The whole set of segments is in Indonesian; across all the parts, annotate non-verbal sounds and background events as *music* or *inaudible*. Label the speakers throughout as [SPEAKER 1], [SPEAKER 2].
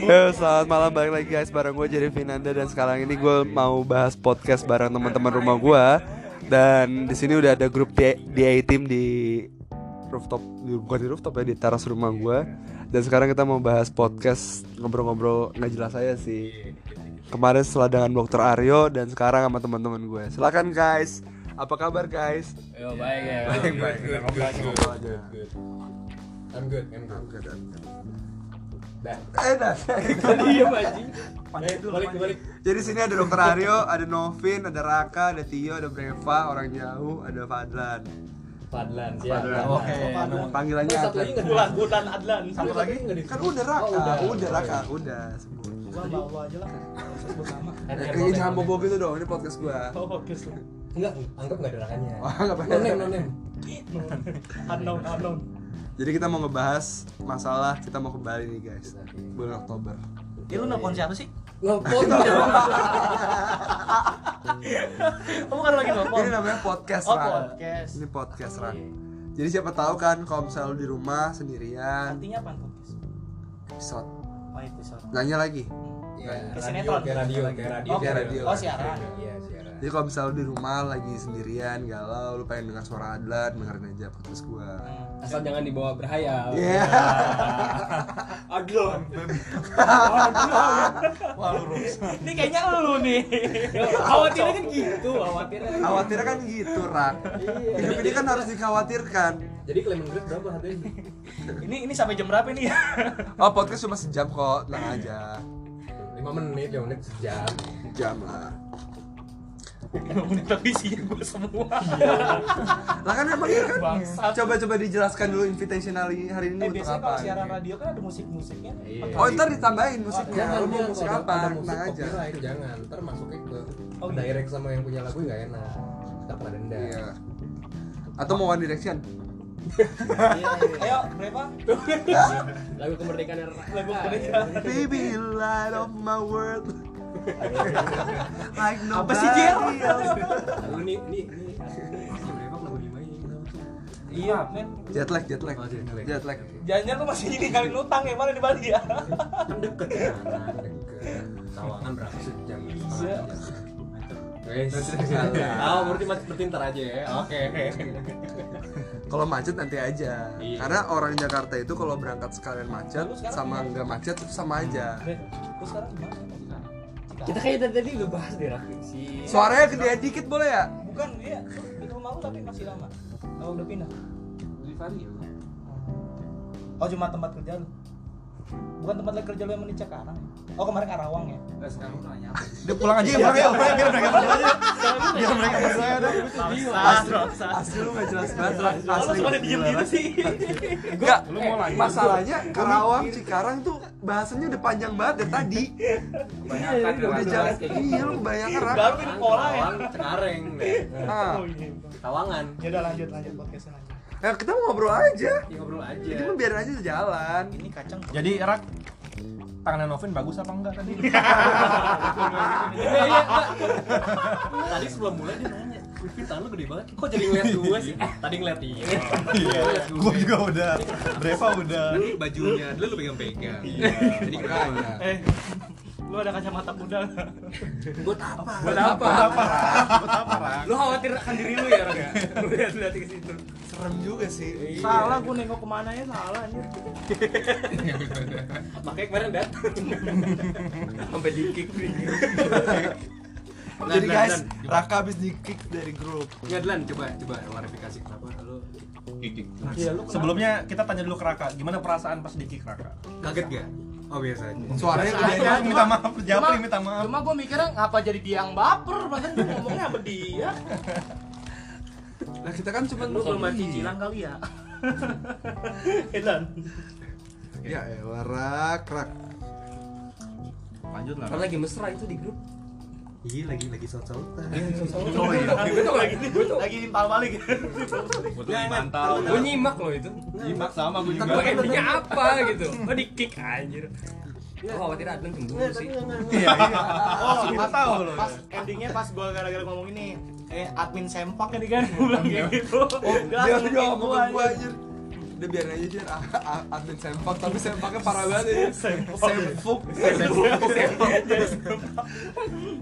[SPEAKER 1] Yo, selamat malam balik lagi guys bareng gue Jerry Finanda dan sekarang ini gue mau bahas podcast bareng teman-teman rumah gue dan di sini udah ada grup D- DA team di rooftop di, bukan di rooftop ya di teras rumah gue dan sekarang kita mau bahas podcast ngobrol-ngobrol nggak jelas aja sih kemarin setelah dengan Dokter Aryo dan sekarang sama teman-teman gue silakan guys apa kabar guys
[SPEAKER 2] Yo, baik ya.
[SPEAKER 1] Baik-baik. Ngobrol aja.
[SPEAKER 3] I'm good, I'm good. *laughs* Dah.
[SPEAKER 1] Eh, dah.
[SPEAKER 3] *laughs*
[SPEAKER 2] Iya, anjing.
[SPEAKER 3] Eh, balik, balik.
[SPEAKER 1] Jadi sini ada Dokter Aryo, ada Novin, ada Raka, ada Tio, ada Breva, orang jauh, ada Fadlan.
[SPEAKER 2] Padlan siap.
[SPEAKER 1] Iya,
[SPEAKER 2] Oke.
[SPEAKER 1] Fadlan. Panggilannya apa?
[SPEAKER 3] Satu lagi nggak bulan, bulan Adlan.
[SPEAKER 1] Satu lagi? Kan udah Raka, udah, Raka, udah sebut.
[SPEAKER 4] bawa aja lah nggak usah sebut nama
[SPEAKER 1] Eh, ini jangan bobo gitu dong, ini podcast gua.
[SPEAKER 4] oh oke sih
[SPEAKER 3] Enggak, anggap nggak ada rakannya.
[SPEAKER 1] Wah, nggak apa-apa.
[SPEAKER 3] No name, no name.
[SPEAKER 4] unknown unknown
[SPEAKER 1] Jadi kita mau ngebahas masalah kita mau ke Bali nih guys. Bulan Oktober.
[SPEAKER 4] eh lu nelfon siapa *laughs* sih
[SPEAKER 3] Nelfon. *laughs*
[SPEAKER 4] kamu kan lagi nelfon
[SPEAKER 1] Ini namanya podcast
[SPEAKER 4] oh
[SPEAKER 1] Ran.
[SPEAKER 4] podcast
[SPEAKER 1] Ini podcast Ran. Jadi siapa tahu kan kalau misalnya lu di rumah sendirian,
[SPEAKER 4] artinya apa podcast
[SPEAKER 1] episode
[SPEAKER 4] oh episode
[SPEAKER 1] nanya lagi.
[SPEAKER 3] Ya,
[SPEAKER 4] Kayak
[SPEAKER 3] radio,
[SPEAKER 4] sinetron.
[SPEAKER 3] kayak radio, kayak radio.
[SPEAKER 1] Kayak radio.
[SPEAKER 4] oh siaran
[SPEAKER 3] Iya, siaran.
[SPEAKER 1] Jadi kalau misalnya lu di rumah lagi sendirian, galau, lu pengen dengar suara Adlan, dengerin aja podcast gua.
[SPEAKER 4] Hmm.
[SPEAKER 3] Asal jangan dibawa berhayal. *laughs*
[SPEAKER 1] Iya.
[SPEAKER 3] Adlan.
[SPEAKER 4] Ah. *laughs* ini kayaknya lu nih khawatirnya kan gitu khawatirnya
[SPEAKER 1] Khawatirnya kan gitu, Rak.
[SPEAKER 4] Iya.
[SPEAKER 1] Hidup ini kan harus dikhawatirkan.
[SPEAKER 3] Jadi Clement Grade berapa harganya?
[SPEAKER 4] ini ini sampai jam berapa *laughs* nih ya
[SPEAKER 1] Oh, podcast cuma sejam kok, tenang aja.
[SPEAKER 3] 5 menit, 5 menit sejam.
[SPEAKER 1] Jam lah.
[SPEAKER 4] menit tapi isinya gue semua
[SPEAKER 1] Lah kan emang iya kan?
[SPEAKER 4] Bangsat.
[SPEAKER 1] Coba-coba dijelaskan dulu invitationally hari ini
[SPEAKER 4] eh
[SPEAKER 1] untuk
[SPEAKER 4] biasanya kalau
[SPEAKER 1] apa? gitu.
[SPEAKER 4] siaran radio kan ada musik musiknya
[SPEAKER 3] Iya.
[SPEAKER 1] Oh, ntar ditambahin musiknya.
[SPEAKER 4] Iya,
[SPEAKER 3] Jangan,
[SPEAKER 1] Lu mau
[SPEAKER 3] jangan.
[SPEAKER 1] musik
[SPEAKER 3] Kalau
[SPEAKER 1] apa?
[SPEAKER 3] ada musik
[SPEAKER 1] Tenang aja.
[SPEAKER 3] copyright, Jangan, ntar masuknya ke
[SPEAKER 4] Oh, gitu.
[SPEAKER 3] direct sama yang punya lagu nggak enak. Kita pernah denda.
[SPEAKER 1] Iya. Atau mau One Direction?
[SPEAKER 4] ayo berapa
[SPEAKER 3] Lagu kemerdekaan yang ya.
[SPEAKER 4] lagu kemerdekaan.
[SPEAKER 1] Baby, light of my world. like
[SPEAKER 4] Apa
[SPEAKER 1] nobody
[SPEAKER 4] sih, Jir?
[SPEAKER 1] else.
[SPEAKER 3] Lagu ini ini ini asli berempat lagu lima ini.
[SPEAKER 4] iya men
[SPEAKER 1] jet lag jet lag
[SPEAKER 3] Oh, jet lag.
[SPEAKER 1] jet lag
[SPEAKER 4] jangan lu masih ini kali utang ya mana di Bali ya
[SPEAKER 3] Kan Deket ya? kanan, deket. Tawangan berapa sejam?
[SPEAKER 4] Iya.
[SPEAKER 3] Wes.
[SPEAKER 1] Salah.
[SPEAKER 3] Oh, berarti masih seperti ntar aja ya. Oke.
[SPEAKER 1] kalau macet nanti aja
[SPEAKER 3] Iya.
[SPEAKER 1] karena orang Jakarta itu kalau berangkat sekalian macet
[SPEAKER 4] Lu sekarang
[SPEAKER 1] sama
[SPEAKER 4] gimana?
[SPEAKER 1] nggak macet itu sama aja
[SPEAKER 4] Bre, lu sekarang gimana
[SPEAKER 3] Kita kayak tadi tadi udah bahas deh Raffi. si
[SPEAKER 1] suaranya gede dikit boleh ya
[SPEAKER 4] Bukan, iya. Di rumah lu tapi masih lama. Apa udah pindah? ya, Oh, cuma tempat kerja lu. Bukan tempat lu kerja lu yang menikah Karang. Oh, kemarin Karawang ya.
[SPEAKER 1] udah pulang aja ya pulang ya pulang biar mereka berdua aja biar mereka berdua aja dong. asli asli lu nggak jelas banget Ra. asli
[SPEAKER 4] gitu sih.
[SPEAKER 1] Enggak, masalahnya Karawang, Cikarang tuh bahasanya udah panjang banget dari tadi.
[SPEAKER 3] kebanyakan
[SPEAKER 1] Udah jalan, iya lu bayangkan Ra.
[SPEAKER 4] Baru minum cola ya.
[SPEAKER 3] Tawang Cenareng deh.
[SPEAKER 1] Ah,
[SPEAKER 4] Oh iya.
[SPEAKER 3] Tawangan.
[SPEAKER 4] Ya udah lanjut lanjut podcastnya lanjut.
[SPEAKER 1] ya kita mau ngobrol aja.
[SPEAKER 3] Ya, ngobrol aja.
[SPEAKER 1] Kita biarin aja jalan.
[SPEAKER 4] Ini kacang.
[SPEAKER 5] Jadi Rak tangannya Novin bagus apa enggak tadi?
[SPEAKER 3] Iya, iya, Mbak. Tadi sebelum mulai dia nanya, Wifi tangan lu gede banget, kok jadi ngeliat gue sih? Eh, Tadi ngeliat dia. Iya.
[SPEAKER 5] Gue juga udah, Breva udah.
[SPEAKER 3] Dulu bajunya, dulu lu pegang-pegang. Jadi keren.
[SPEAKER 4] Eh, lu ada kacamata kuda nggak?
[SPEAKER 3] Buat apa? Buat apa? Lu khawatir akan diri lu ya, Rang ya? Lu lihat-lihat ke situ.
[SPEAKER 1] Serem juga sih.
[SPEAKER 4] *laughs* Salah, gua nengok kemana ya salah anjir.
[SPEAKER 3] Makanya kemarin datang. Sampai dikik nih.
[SPEAKER 1] Jadi guys, Raka habis di kick dari grup.
[SPEAKER 3] Ya Dlan, coba coba klarifikasi kenapa lu
[SPEAKER 4] Iya, lu kenapa?
[SPEAKER 5] Sebelumnya kita tanya dulu ke Raka, gimana perasaan pas di-kick Raka?
[SPEAKER 3] kaget gak? Oh biasa aja.
[SPEAKER 1] Suaranya
[SPEAKER 5] Tanya
[SPEAKER 1] gede
[SPEAKER 5] dulu, minta maaf, Japri minta maaf.
[SPEAKER 6] Cuma gue mikirnya ngapa jadi dia yang baper, bahkan gue ngomongnya sama dia.
[SPEAKER 1] Nah kita kan cuma
[SPEAKER 6] Lu belum main cicilan kali ya?
[SPEAKER 4] Edan.
[SPEAKER 1] Ya elah rak rak.
[SPEAKER 5] Lanjut lah.
[SPEAKER 3] Karena lagi mesra itu di grup.
[SPEAKER 1] Iya lagi lagi
[SPEAKER 6] *laughs*
[SPEAKER 1] saut-sautan.
[SPEAKER 3] Gue tuh Iya, lagi gue tuh
[SPEAKER 4] Lagi timpal balik. Iya,
[SPEAKER 3] gue nyimak loh itu.
[SPEAKER 5] Jimat sama gue
[SPEAKER 3] Tapi endingnya apa gitu? Gue di kick anjir. Gue khawatir Adnan cemburu sih.
[SPEAKER 5] Iya, iya. Oh, lima tahu loh.
[SPEAKER 4] pas endingnya pas gue gara-gara ngomong ini eh
[SPEAKER 5] Iya.
[SPEAKER 4] admin sempak ini kan gue bilang kayak gitu oh,
[SPEAKER 1] Dia udah ngomong ke gua anjir. udah biarin aja dia a- a- admin sempak tapi sempaknya parah banget ya
[SPEAKER 6] *laughs*
[SPEAKER 1] sempuk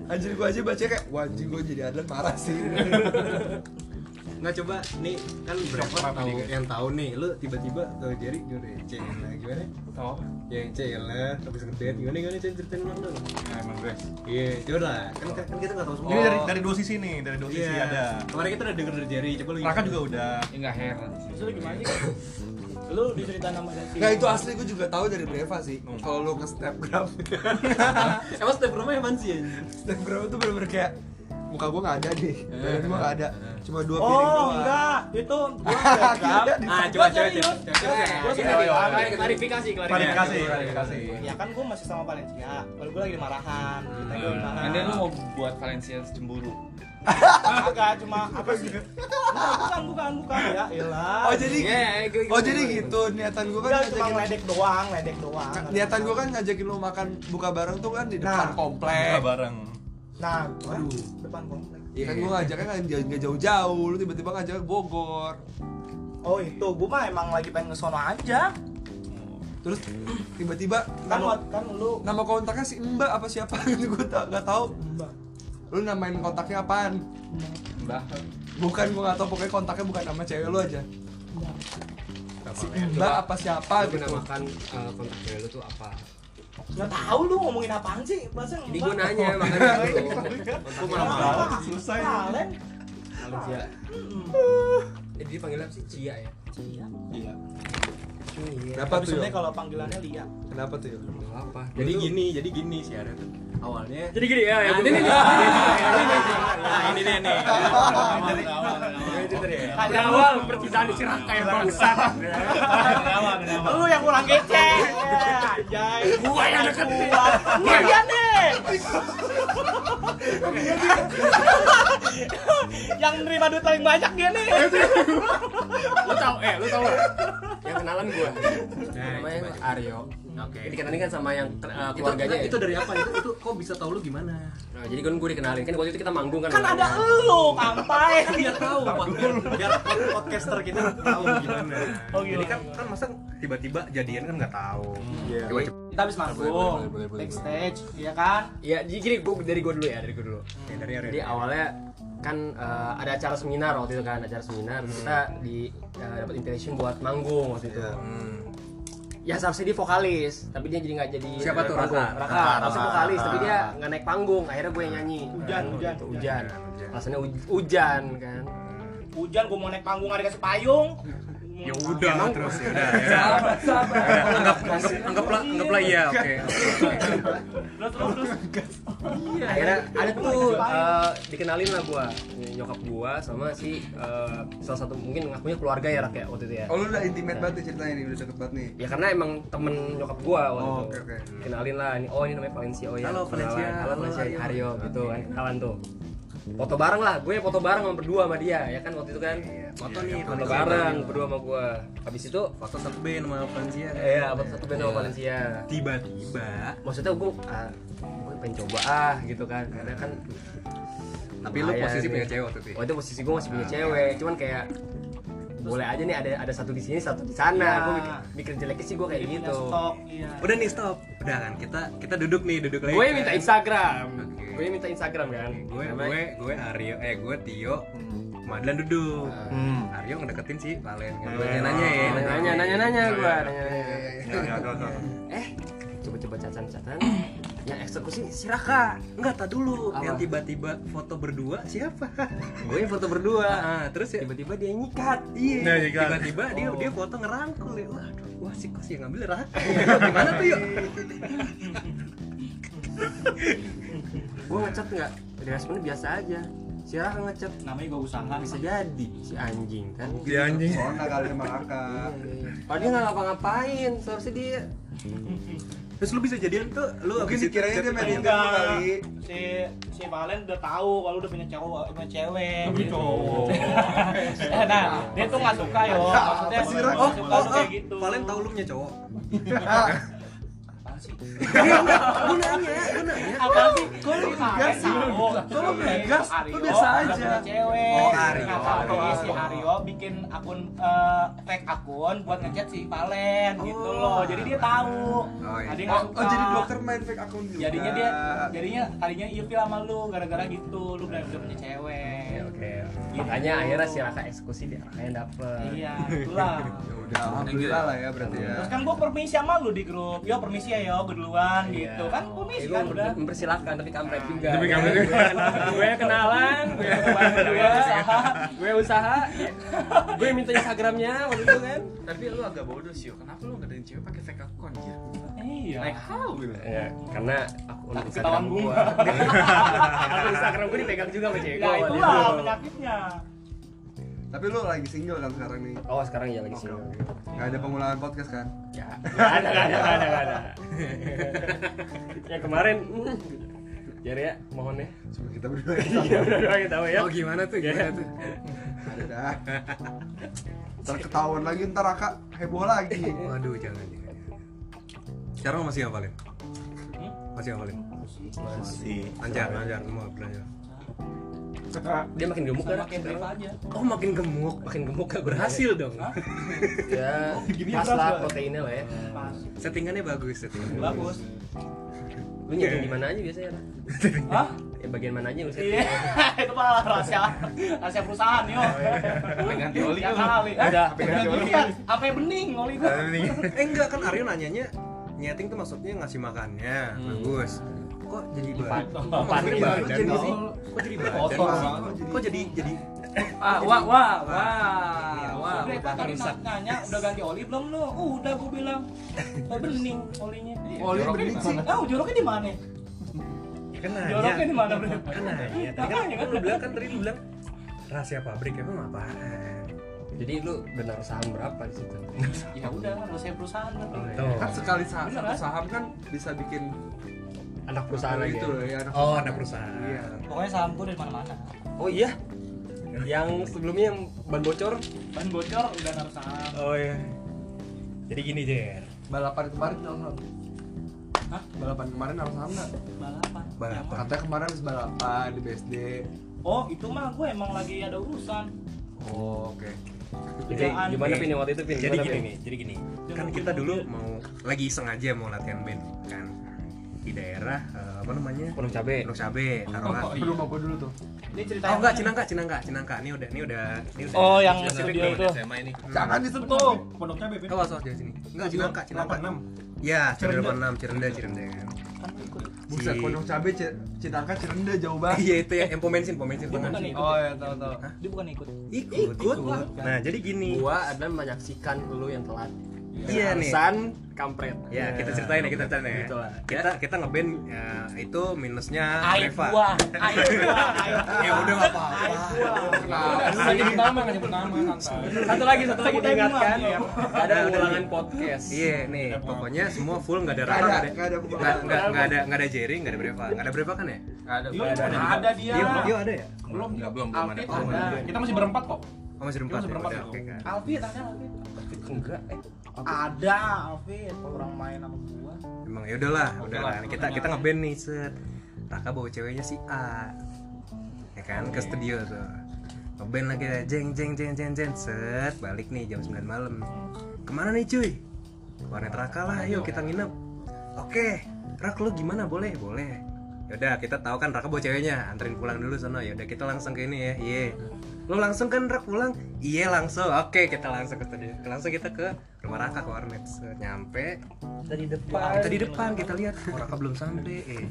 [SPEAKER 1] anjir gua aja baca kayak wah anjing gua jadi admin marah sih *laughs*
[SPEAKER 3] Nggak coba nih kan berapa tahu yang tahu nih lu tiba-tiba tuh Jerry nyuruh CL gimana? ya?
[SPEAKER 5] Tahu apa?
[SPEAKER 3] Yang CL ya? habis ngedate gimana gimana Cen? ceritain ulang dong.
[SPEAKER 5] Ya, emang guys.
[SPEAKER 3] Iya, coba lah. Kan, kan kita nggak tahu semua.
[SPEAKER 5] Ini
[SPEAKER 4] Oh.
[SPEAKER 5] dari dari dua sisi nih, dari dua sisi
[SPEAKER 3] Iya.
[SPEAKER 5] ada.
[SPEAKER 3] Kemarin kita udah denger dari Jerry, coba lu
[SPEAKER 5] Raka juga udah.
[SPEAKER 7] Ya nggak heran sih.
[SPEAKER 4] Terus lu gimana sih? Lu diceritain sama si
[SPEAKER 1] nggak Nah, itu asli gua juga tahu dari Breva sih kalau lu ke snapgram *laughs*
[SPEAKER 3] Emang step rumah emang sih anjing?
[SPEAKER 1] snapgram itu bener-bener kayak muka gua nggak ada deh badan gua nggak ada cuma dua piring
[SPEAKER 4] Oh, enggak. Itu
[SPEAKER 1] *laughs*
[SPEAKER 4] gua
[SPEAKER 1] Kira
[SPEAKER 4] Instagram.
[SPEAKER 1] di-
[SPEAKER 3] Ah, coba coba
[SPEAKER 4] serius.
[SPEAKER 3] coba. Coba coba.
[SPEAKER 4] Gua serius.
[SPEAKER 7] Klarifikasi,
[SPEAKER 5] Klarifikasi,
[SPEAKER 7] klarifikasi.
[SPEAKER 5] klarifikasi.
[SPEAKER 4] Ya kan gua masih sama Valencia. Kalau gua lagi dimarahan, kita
[SPEAKER 5] Iya.
[SPEAKER 4] gua
[SPEAKER 5] Nah,
[SPEAKER 4] dimarahan.
[SPEAKER 7] Nanti lu mau buat Valencia cemburu.
[SPEAKER 4] agak cuma apa sih? Nah, bukan, bukan, bukan. Ya elah.
[SPEAKER 1] oh jadi
[SPEAKER 7] Iya, gue-
[SPEAKER 1] oh jadi gitu niatan gua kan
[SPEAKER 4] Udah cuma
[SPEAKER 1] ngajakin
[SPEAKER 4] ngeledek doang, ngeledek doang.
[SPEAKER 1] niatan gua kan ngajakin lu makan buka bareng tuh kan di depan
[SPEAKER 4] Nah.
[SPEAKER 5] Buka
[SPEAKER 1] komplek
[SPEAKER 5] bareng.
[SPEAKER 4] Nah, gua depan komplek.
[SPEAKER 1] Iya kan gue ngajaknya nggak nggak jauh-jauh, lu tiba-tiba ngajaknya Bogor.
[SPEAKER 4] Oh itu, gua mah emang lagi pengen ngesono aja. Hmm.
[SPEAKER 1] Terus tiba-tiba
[SPEAKER 4] Kan
[SPEAKER 1] nama,
[SPEAKER 4] kan lu
[SPEAKER 1] nama kontaknya si Mbak apa siapa *laughs* gitu gue tak nggak tahu.
[SPEAKER 4] Mbak.
[SPEAKER 1] Lu namain kontaknya apaan?
[SPEAKER 7] Mbah.
[SPEAKER 1] Bukan gue nggak tahu pokoknya kontaknya bukan nama cewek lu aja. Si Mbak apa siapa
[SPEAKER 3] Coba
[SPEAKER 1] gitu.
[SPEAKER 3] menamakan eh, kontak cewek lu tuh apa?
[SPEAKER 4] nggak tahu lu ngomongin apaan sih? Bahasa
[SPEAKER 3] Ini gue nanya makanya *laughs* itu. Gue malah
[SPEAKER 4] Apa?
[SPEAKER 5] Selesai.
[SPEAKER 4] Kalian
[SPEAKER 3] Malaysia. Eh dia panggilnya apa sih? Cia ya?
[SPEAKER 5] Iya.
[SPEAKER 3] Cia.
[SPEAKER 1] Kenapa
[SPEAKER 4] Tapi
[SPEAKER 1] tuh? Yo?
[SPEAKER 4] sebenarnya kalau panggilannya Lia.
[SPEAKER 1] Kenapa tuh? Yo?
[SPEAKER 3] Nggak apa Jadi gini, jadi gini sih ada tuh. Awalnya
[SPEAKER 7] Jadi gini ya, ya.
[SPEAKER 3] Nah,
[SPEAKER 7] gue-
[SPEAKER 3] ini nih. Nah, ini dia nih.
[SPEAKER 5] Dari
[SPEAKER 3] Itu tadi ya.
[SPEAKER 7] Dari awal perpisahan diserang kayak bangsa.
[SPEAKER 4] Lu yang kurang kece. Anjay.
[SPEAKER 7] Gua yang deketin.
[SPEAKER 4] Gua dia nih. Yang nerima duit paling banyak dia nih.
[SPEAKER 7] Lu tau, eh lu tau lah.
[SPEAKER 8] yang kenalan gua
[SPEAKER 3] Nah,
[SPEAKER 8] namanya
[SPEAKER 3] coba, coba.
[SPEAKER 8] Aryo
[SPEAKER 3] Oke.
[SPEAKER 8] ini dikenalan kan sama yang eh,
[SPEAKER 3] Itu,
[SPEAKER 8] keluarganya
[SPEAKER 3] itu dari apa? Itu, itu kok bisa tahu lu gimana?
[SPEAKER 8] ya nah, jadi kan gue dikenalin kan waktu itu kita manggung kan
[SPEAKER 4] Kan ada elu, kampai.
[SPEAKER 3] biar tahu Pak. biar, biar podcaster kita tahu gimana
[SPEAKER 4] Oh, gitu.
[SPEAKER 3] jadi kan kan masa tiba-tiba jadian kan nggak tahu
[SPEAKER 8] iya
[SPEAKER 3] Coba,
[SPEAKER 4] Kita habis manggung. Backstage, ya kan?
[SPEAKER 8] ya jadi gini gue dari gue dulu ya dari gue dulu
[SPEAKER 3] Ya, dari
[SPEAKER 8] jadi awalnya kan eh, ada acara seminar waktu itu kan acara seminar
[SPEAKER 3] Hmm.
[SPEAKER 8] terus kita di eh, dapat invitation buat manggung waktu
[SPEAKER 3] Iya.
[SPEAKER 8] itu
[SPEAKER 3] Hmm.
[SPEAKER 8] ya seharusnya dia vokalis tapi dia jadi nggak jadi
[SPEAKER 3] Siapa tuh,
[SPEAKER 8] panggung.
[SPEAKER 3] Raka?
[SPEAKER 8] Raka harusnya vokalis tapi dia nggak naik panggung akhirnya gue yang nyanyi
[SPEAKER 4] Hujan,
[SPEAKER 8] Kan,
[SPEAKER 4] hujan,
[SPEAKER 8] gitu,
[SPEAKER 4] hujan.
[SPEAKER 8] hujan alasannya huj- hujan kan
[SPEAKER 4] Hujan gua mau naik panggung ada kasih payung.
[SPEAKER 3] ya udah terus ya udah ya udah. anggap anggap anggaplah anggaplah iya oke
[SPEAKER 4] Terus terus terus.
[SPEAKER 8] akhirnya ada tuh eh, dikenalin lah gua nyokap gua sama si eh, salah satu mungkin ngakunya keluarga ya Rak ya waktu itu ya
[SPEAKER 1] Oh lu udah intimate banget nih ceritanya nih, udah deket banget nih.
[SPEAKER 8] ya karena emang temen nyokap gua waktu
[SPEAKER 1] Oh,
[SPEAKER 8] itu
[SPEAKER 1] oke, oke.
[SPEAKER 8] kenalin lah ini oh ini namanya Valencia oh ya
[SPEAKER 3] Halo,
[SPEAKER 8] kenalan.
[SPEAKER 3] Valencia.
[SPEAKER 8] halo
[SPEAKER 3] Halo,
[SPEAKER 8] Valencia
[SPEAKER 3] Aryo.
[SPEAKER 8] Aryo gitu kan kenalan tuh foto bareng lah gue foto bareng sama berdua sama dia ya kan waktu itu kan
[SPEAKER 3] Iya, foto nih
[SPEAKER 8] foto bareng berdua sama gua habis itu
[SPEAKER 3] foto satu band sama Valencia
[SPEAKER 8] eh ya, foto satu band sama Valencia
[SPEAKER 3] tiba-tiba
[SPEAKER 8] maksudnya gue ah, gue pengen coba ah gitu kan karena kan
[SPEAKER 3] tapi lu
[SPEAKER 8] lumayan
[SPEAKER 3] posisi
[SPEAKER 8] nih.
[SPEAKER 3] punya cewek waktu itu ya? iya.
[SPEAKER 8] oh itu posisi gue masih punya cewek cuman kayak boleh aja nih ada ada satu di sini satu di sana
[SPEAKER 3] Iya.
[SPEAKER 4] Ya.
[SPEAKER 8] gue mikir, mikir jeleknya sih gue kayak
[SPEAKER 4] Punya
[SPEAKER 8] gitu
[SPEAKER 4] stok, iya.
[SPEAKER 3] udah nih stop udah kan kita kita duduk nih duduk lagi
[SPEAKER 8] gue minta Instagram
[SPEAKER 3] Oke.
[SPEAKER 8] gue minta Instagram kan
[SPEAKER 3] gue
[SPEAKER 8] Namanya-
[SPEAKER 3] gue gue Aryo eh gue Tio Madlan duduk
[SPEAKER 8] Hmm.
[SPEAKER 3] Aryo ngedeketin si Valen kan gue nanya ya
[SPEAKER 8] nanya nanya nanya
[SPEAKER 3] Iya,
[SPEAKER 8] gue
[SPEAKER 3] iya.
[SPEAKER 8] nanya nanya eh coba-coba cacan-cacan yang eksekusi si Raka
[SPEAKER 3] Enggak, tak dulu.
[SPEAKER 8] Apa?
[SPEAKER 3] Yang tiba-tiba foto berdua *laughs* siapa?
[SPEAKER 8] gue yang foto berdua
[SPEAKER 3] Ah, terus ya oh.
[SPEAKER 8] tiba-tiba dia nyikat
[SPEAKER 3] Iya,
[SPEAKER 5] Nah, jadi kan.
[SPEAKER 3] tiba-tiba dia dia foto ngerangkul ya. Waduh, wah si kos
[SPEAKER 8] ya
[SPEAKER 3] yang ngambil raka. *laughs* Gimana tuh *laughs* yuk?
[SPEAKER 8] gue ngecat nggak responnya biasa aja si Raka ngecat
[SPEAKER 4] Namanya gua usaha.
[SPEAKER 8] bisa jadi si anjing kan
[SPEAKER 5] Si
[SPEAKER 3] Iya,
[SPEAKER 5] anjing.
[SPEAKER 1] Corona kali sama Raka.
[SPEAKER 8] Padahal dia nggak ngapa-ngapain, seharusnya dia
[SPEAKER 3] Terus lu bisa jadian tuh,
[SPEAKER 1] Mungkin
[SPEAKER 3] lu habis itu
[SPEAKER 1] dikiranya dia main intim lu
[SPEAKER 4] Enggak.
[SPEAKER 1] kali.
[SPEAKER 4] Si si Valen udah tahu kalau udah punya cowok, punya cewek.
[SPEAKER 5] cowok.
[SPEAKER 4] *laughs* Eh, nah, dia tuh nggak suka yo. Maksudnya
[SPEAKER 1] Apa sih, Ra?
[SPEAKER 4] nggak
[SPEAKER 3] Oh,
[SPEAKER 4] suka
[SPEAKER 3] oh,
[SPEAKER 4] tuh
[SPEAKER 3] oh,
[SPEAKER 4] kayak gitu.
[SPEAKER 3] Valen tahu lu punya cowok.
[SPEAKER 4] Apaan
[SPEAKER 5] sih?
[SPEAKER 3] Gue nanya, gue nanya.
[SPEAKER 4] Apa sih? gitu. Kok lu ngegas sih? Kok lu ngegas? Lu biasa aja. Cewek.
[SPEAKER 3] Oh, Aryo.
[SPEAKER 4] Kata Aryo, si Aryo bikin akun eh, fake akun buat ngechat si Valen gitu loh. Jadi dia tahu.
[SPEAKER 3] Oh, iya.
[SPEAKER 4] Ada yang
[SPEAKER 9] Oh,
[SPEAKER 4] nggak
[SPEAKER 9] oh,
[SPEAKER 4] suka.
[SPEAKER 9] jadi dokter main fake akun juga.
[SPEAKER 4] Jadinya dia jadinya tadinya ilfil sama lu gara-gara gitu. Lu udah udah punya cewek.
[SPEAKER 8] Iya, Oke. Makanya akhirnya si Raka eksekusi dia Rakanya dapet.
[SPEAKER 4] Iya, itulah.
[SPEAKER 3] Ya udah,
[SPEAKER 1] Alhamdulillah lah ya berarti ya.
[SPEAKER 4] Terus kan gua permisi sama lu di grup. Yo permisi ya yo, gue
[SPEAKER 8] Iya.
[SPEAKER 4] duluan gitu. Kan permisi
[SPEAKER 8] Itu
[SPEAKER 4] kan udah.
[SPEAKER 8] mempersilahkan tapi kampret juga. Iya.
[SPEAKER 3] Tapi kamu
[SPEAKER 8] gue kenalan, gue kenalan, gue usaha, gue usaha, gue minta Instagramnya waktu itu kan.
[SPEAKER 5] Tapi lu agak bodoh sih, kenapa lu ngedein cewek pakai fake account ya?
[SPEAKER 4] Iya.
[SPEAKER 5] Like how gitu?
[SPEAKER 8] Ya, karena aku
[SPEAKER 4] Takut
[SPEAKER 8] Instagram
[SPEAKER 4] ketahuan
[SPEAKER 8] gue,
[SPEAKER 4] bunga.
[SPEAKER 8] aku Instagram gue dipegang juga sama cewek
[SPEAKER 4] Ya
[SPEAKER 8] gue. waktu
[SPEAKER 4] itulah
[SPEAKER 8] itu.
[SPEAKER 4] penyakitnya.
[SPEAKER 1] Tapi lu lagi single kan sekarang nih?
[SPEAKER 8] Oh sekarang ya lagi
[SPEAKER 1] Oke,
[SPEAKER 8] single.
[SPEAKER 1] oke. Gak ada pengulangan podcast kan?
[SPEAKER 8] Ya, gak ada, gak ada, gak ada, gak ada. Yang kemarin, mm, Jari ya, mohon ya.
[SPEAKER 1] Cuma kita berdua ya.
[SPEAKER 8] Iya, udah doa kita tahu ya.
[SPEAKER 3] Oh *laughs* gimana tuh? Gimana tuh?
[SPEAKER 1] Ada dah. Ntar ketahuan lagi ntar Raka heboh lagi.
[SPEAKER 3] Waduh, jangan. jangan. Sekarang masih ngapalin?
[SPEAKER 4] Hmm?
[SPEAKER 3] Masih ngapalin? Masih. Lancar, lancar semua belajar.
[SPEAKER 8] Dia makin gemuk kan?
[SPEAKER 4] Sama kayak brief aja.
[SPEAKER 3] Oh, makin gemuk.
[SPEAKER 8] Makin gemuk gak
[SPEAKER 3] Berhasil dong.
[SPEAKER 8] *laughs* Ya, pas lah proteinnya lah ya.
[SPEAKER 3] Settingannya bagus, settingannya.
[SPEAKER 4] Bagus.
[SPEAKER 8] Lu nyeting di mana aja biasanya? Ra?
[SPEAKER 4] Hah?
[SPEAKER 8] Ya bagian mana aja
[SPEAKER 4] Iya, *laughs*
[SPEAKER 8] lu setting?
[SPEAKER 4] itu mah rahasia rahasia perusahaan yo.
[SPEAKER 5] Ganti oli
[SPEAKER 4] Ya
[SPEAKER 5] lu.
[SPEAKER 4] kali.
[SPEAKER 8] Udah.
[SPEAKER 4] Apa yang bening oli itu?
[SPEAKER 3] eh enggak kan Aryo nanyanya nyeting tuh maksudnya ngasih makannya
[SPEAKER 1] Hmm.
[SPEAKER 3] bagus kok jadi badan kok jadi
[SPEAKER 8] Lipat.
[SPEAKER 3] badan sih kok jadi badan
[SPEAKER 1] Kotor.
[SPEAKER 3] kok jadi jadi
[SPEAKER 5] Ah, wah, wah, wah, wah.
[SPEAKER 4] Udah itu tadi nanya udah ganti oli belum lu? Udah gua *laughs* bilang. Udah bening olinya.
[SPEAKER 5] Oli bening sih.
[SPEAKER 4] Tahu Iya, joroknya di mana?
[SPEAKER 3] ya kan nanya
[SPEAKER 4] Joroknya di mana, Bro? ya,
[SPEAKER 3] kan
[SPEAKER 8] Iya,
[SPEAKER 3] nanya tadi
[SPEAKER 8] ya,
[SPEAKER 3] kan kan lu bilang kan tadi lu bilang rahasia pabrik emang apaan
[SPEAKER 8] Jadi lu benar saham berapa di situ?
[SPEAKER 4] Ya udah, rahasia perusahaan berarti.
[SPEAKER 3] tuh
[SPEAKER 1] Kan sekali saham,
[SPEAKER 4] Bener,
[SPEAKER 1] satu
[SPEAKER 4] kan?
[SPEAKER 1] saham kan bisa bikin
[SPEAKER 8] Anak perusahaan lagi.
[SPEAKER 1] gitu loh ya. anak-
[SPEAKER 3] oh anak perusahaan
[SPEAKER 1] Iya.
[SPEAKER 4] Pokoknya saham gua dari mana-mana.
[SPEAKER 8] Oh iya. Yang sebelumnya yang ban bocor.
[SPEAKER 4] Ban bocor udah naruh saham.
[SPEAKER 3] oh iya jadi gini Jer
[SPEAKER 1] Balapan kemarin dalam saham. Hah? Balapan kemarin harus saham nggak?
[SPEAKER 4] Balapan.
[SPEAKER 3] balapan
[SPEAKER 1] Katanya kemarin habis balapan di BSD.
[SPEAKER 4] Oh, itu mah gua emang lagi ada urusan.
[SPEAKER 1] Oh, oke.
[SPEAKER 8] Jadi
[SPEAKER 4] Kerjaan.
[SPEAKER 8] gimana pin yang waktu itu pin?
[SPEAKER 3] jadi
[SPEAKER 8] Gimana,
[SPEAKER 3] gini
[SPEAKER 8] Pin?
[SPEAKER 3] nih jadi gini kan kita dulu mau lagi sengaja mau latihan band kan di daerah eh, apa namanya
[SPEAKER 8] Penuh cabe.
[SPEAKER 3] Pondok Cabe, taruhlah.
[SPEAKER 1] Perlu mau gua dulu tuh.
[SPEAKER 4] Ini cerita
[SPEAKER 3] Oh
[SPEAKER 4] yang
[SPEAKER 3] enggak,
[SPEAKER 4] mana?
[SPEAKER 3] Cinangka, Cinangka, Cinangka. Ini udah, ini udah, ini udah.
[SPEAKER 4] Oh, yang
[SPEAKER 3] spesifik
[SPEAKER 4] studio
[SPEAKER 3] nih.
[SPEAKER 4] itu.
[SPEAKER 3] SMA ini.
[SPEAKER 1] Jangan disentuh.
[SPEAKER 5] Pondoknya bebe.
[SPEAKER 3] Kau asal dari sini. Enggak, Cinangka, Cinangka. 86. Ya,
[SPEAKER 8] Ah,
[SPEAKER 3] Cirende 86, Cirende, Cirende.
[SPEAKER 4] Kan lu ikut.
[SPEAKER 1] Buset,
[SPEAKER 3] Si-
[SPEAKER 1] kodok cabe C- Cinangka Cirende jauh
[SPEAKER 3] Ah,
[SPEAKER 1] banget.
[SPEAKER 3] Iya itu ya, yang pomensin, pomensin
[SPEAKER 4] Dia
[SPEAKER 3] tengah.
[SPEAKER 4] bukan ikut.
[SPEAKER 1] Oh ya, tahu tahu.
[SPEAKER 4] Dia bukan ikut.
[SPEAKER 3] Ikut, ikut. Nah, jadi gini.
[SPEAKER 8] Gua adalah menyaksikan lu yang telat.
[SPEAKER 3] Iya nih.
[SPEAKER 8] San kampret.
[SPEAKER 3] Ya, kita ceritain ya, kita ceritain ya.
[SPEAKER 8] Gitu lah.
[SPEAKER 3] Kita kita ngeband ya, itu minusnya
[SPEAKER 4] Aib
[SPEAKER 3] Ah, Reva. *laughs*
[SPEAKER 4] gua, aib gua, aib gua.
[SPEAKER 3] Ya udah enggak apa-apa.
[SPEAKER 8] Satu lagi, satu lagi
[SPEAKER 4] Satu lagi,
[SPEAKER 8] diingatkan.
[SPEAKER 4] Bang.
[SPEAKER 8] Ada ulangan podcast.
[SPEAKER 3] Nah, Iya nih, pokoknya semua full nggak ada
[SPEAKER 1] Nggak
[SPEAKER 3] Raka,
[SPEAKER 1] ada,
[SPEAKER 3] nggak ada,
[SPEAKER 1] nggak ada pokoknya.
[SPEAKER 3] nggak- nggak nggak ada nggak ada Jerry, nggak ada Breva, nggak ada Breva kan ya?
[SPEAKER 5] Ada, ada
[SPEAKER 4] Iya.
[SPEAKER 5] dia.
[SPEAKER 3] Dia, dia ada ya?
[SPEAKER 5] Belum,
[SPEAKER 1] Nggak, belum, belum
[SPEAKER 5] Alfit
[SPEAKER 1] ada.
[SPEAKER 5] ada. Kita masih berempat kok.
[SPEAKER 3] Oh masih ada empat ya? Udah, oke kan.
[SPEAKER 4] Alfit ada Alfit.
[SPEAKER 8] Enggak. eh.
[SPEAKER 4] Ada Alfit, orang main sama gua.
[SPEAKER 3] Emang ya udahlah, udah lah. Kita kita ngeband nih set. Raka bawa ceweknya si A. Ya kan ke studio tuh. Ngeband lagi ya, jeng jeng jeng jeng jeng set. Balik nih jam 9 malam. Kemana nih cuy? Ke Warnet Raka lah, yuk kita nginep. Oke, Rak lu gimana? Boleh, boleh. Yaudah, kita tahu kan Raka bawa ceweknya, anterin pulang dulu sono. Yaudah, kita langsung ke ini ya. Iya. Lu langsung kan Rak pulang? Iya, langsung. Oke, kita langsung ke studio. Langsung kita ke rumah Raka ke warnet. Set, Nyampe, Wah, kita di depan
[SPEAKER 8] Iya.
[SPEAKER 3] kita lihat oh, Raka belum sampai eh.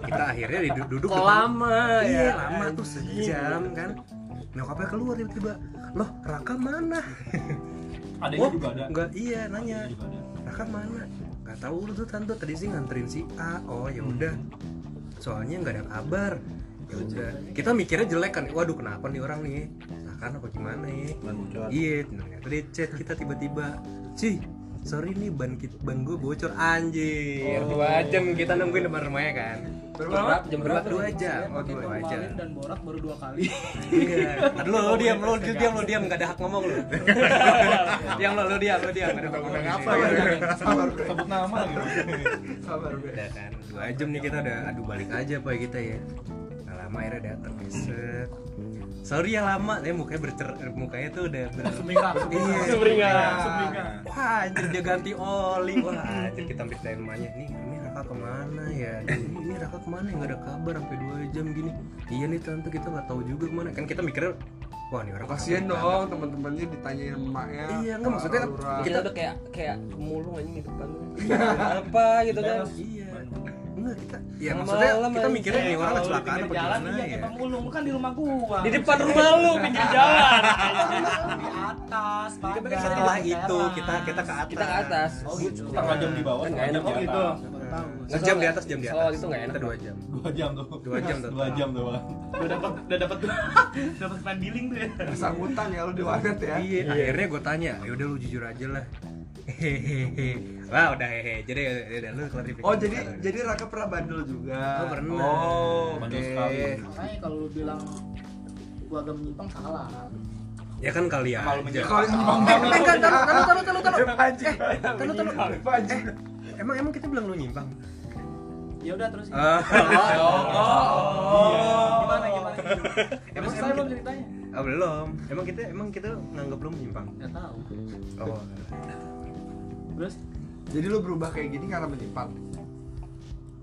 [SPEAKER 3] kita
[SPEAKER 8] *laughs*
[SPEAKER 3] akhirnya didu- duduk
[SPEAKER 8] Kok
[SPEAKER 3] depan-
[SPEAKER 8] lama
[SPEAKER 3] iya
[SPEAKER 8] ya? Iya.
[SPEAKER 3] lama tuh sejam kan nyokapnya keluar tiba-tiba loh Raka mana
[SPEAKER 5] Ada
[SPEAKER 3] oh nggak iya nanya Raka mana nggak tahu lu tuh tante tadi sih nganterin si A oh ya udah soalnya nggak ada kabar ya udah kita mikirnya jelek kan waduh kenapa nih orang nih kan Rakan apa gimana ya iya ternyata dia chat kita tiba-tiba Ci sorry nih ban kit ban gue bocor anjir dua jam kita nungguin depan rumahnya kan
[SPEAKER 4] Berapa?
[SPEAKER 3] jam berapa dua jam oh
[SPEAKER 4] Pakai
[SPEAKER 3] dua jam
[SPEAKER 4] turmalin dan borak baru dua kali.
[SPEAKER 3] Iya. Aduh, lu, lu diam, lu diam, lu diam, gak ada hak ngomong lu. diam lu, lu diam, lu diam. Ada hak ngomong apa
[SPEAKER 1] Sabar bre.
[SPEAKER 5] sebut nama gitu
[SPEAKER 1] Sabar bre.
[SPEAKER 3] Udah kan, dua jam nih kita udah adu balik aja pak kita ya. Gak lama akhirnya datang nih, set. Sorry ya lama, tapi mukanya bercer, mukanya tuh udah ber.
[SPEAKER 4] Semingat.
[SPEAKER 3] Iya.
[SPEAKER 4] Semingat. Semingat.
[SPEAKER 3] Wah, anjir dia ganti oli. Wah, anjir kita ambil dari rumahnya. Nih, ini Raka kemana ya? Ini, ini Raka kemana? Gak ada kabar sampai dua jam gini. Iya nih tante kita nggak tahu juga kemana. Kan kita mikirnya, wah nih orang
[SPEAKER 1] Kasian dong teman-temannya ditanyain emaknya.
[SPEAKER 3] Iya, enggak, maksudnya kan
[SPEAKER 1] Aura.
[SPEAKER 8] Kita udah kayak kayak pemulung aja di depan. Apa gitu kan?
[SPEAKER 3] Iya. Enggak kita. Ya
[SPEAKER 8] Malam
[SPEAKER 3] maksudnya
[SPEAKER 8] malam,
[SPEAKER 3] kita
[SPEAKER 8] Mas.
[SPEAKER 3] mikirnya nih orang
[SPEAKER 5] Kalau di
[SPEAKER 3] kecelakaan
[SPEAKER 5] pinggir
[SPEAKER 3] apa
[SPEAKER 5] jalan
[SPEAKER 3] gimana
[SPEAKER 5] iya
[SPEAKER 3] ya.
[SPEAKER 5] kita mulung lu kan di rumah gua
[SPEAKER 8] Di depan rumah lu pinggir jalan.
[SPEAKER 5] di atas
[SPEAKER 3] Tapi kan
[SPEAKER 5] pagar.
[SPEAKER 3] setelah
[SPEAKER 5] Di
[SPEAKER 3] itu
[SPEAKER 5] teras.
[SPEAKER 3] kita kita ke atas.
[SPEAKER 8] Kita ke atas.
[SPEAKER 5] oh gitu setengah jam di bawah
[SPEAKER 8] Kan
[SPEAKER 5] setengah
[SPEAKER 8] nggak
[SPEAKER 5] jam di
[SPEAKER 8] enak gitu.
[SPEAKER 5] atas
[SPEAKER 3] Sejam di atas, jam di atas.
[SPEAKER 8] Soal itu nggak enak.
[SPEAKER 3] Kita dua jam.
[SPEAKER 5] dua jam tuh
[SPEAKER 3] Dua jam tuh.
[SPEAKER 5] dua jam tuh Bang. udah dapat udah dapat dapat main billing tuh ya
[SPEAKER 1] Kesamutan ya lu di warnet ya.
[SPEAKER 3] Iya. Akhirnya gue tanya, ya udah lu jujur aja lah. *laughs* Hehehe. Wah udah hehe. Jadi ya udah lu klarifikasi.
[SPEAKER 1] Oh jadi jadi Raka pernah bandel
[SPEAKER 3] Oh,
[SPEAKER 1] juga.
[SPEAKER 3] pernah.
[SPEAKER 1] Oh,
[SPEAKER 5] Bandel
[SPEAKER 1] oke.
[SPEAKER 5] sekali.
[SPEAKER 4] Makanya kalau lu bilang gua agak menyimpang salah.
[SPEAKER 3] ya kan kali ya.
[SPEAKER 5] Malu
[SPEAKER 3] aja.
[SPEAKER 1] Kalau
[SPEAKER 8] Eh,
[SPEAKER 3] *laughs*
[SPEAKER 8] kan, taruh, taruh, taruh, taruh, taruh.
[SPEAKER 1] anjing.
[SPEAKER 8] Taruh, taruh.
[SPEAKER 1] Anjing.
[SPEAKER 3] Emang emang kita bilang lu nyimpang.
[SPEAKER 4] Ya udah terus.
[SPEAKER 3] Ah, Iya.
[SPEAKER 4] Gimana gimana?
[SPEAKER 3] Emang
[SPEAKER 4] Emang
[SPEAKER 3] saya
[SPEAKER 4] saya
[SPEAKER 3] belum
[SPEAKER 4] belum ceritanya.
[SPEAKER 3] ah, belum. Emang kita emang kita nganggap lu menyimpang.
[SPEAKER 4] Enggak tahu.
[SPEAKER 3] Oh.
[SPEAKER 4] Terus
[SPEAKER 1] Jadi lu berubah kayak gini karena menyimpan.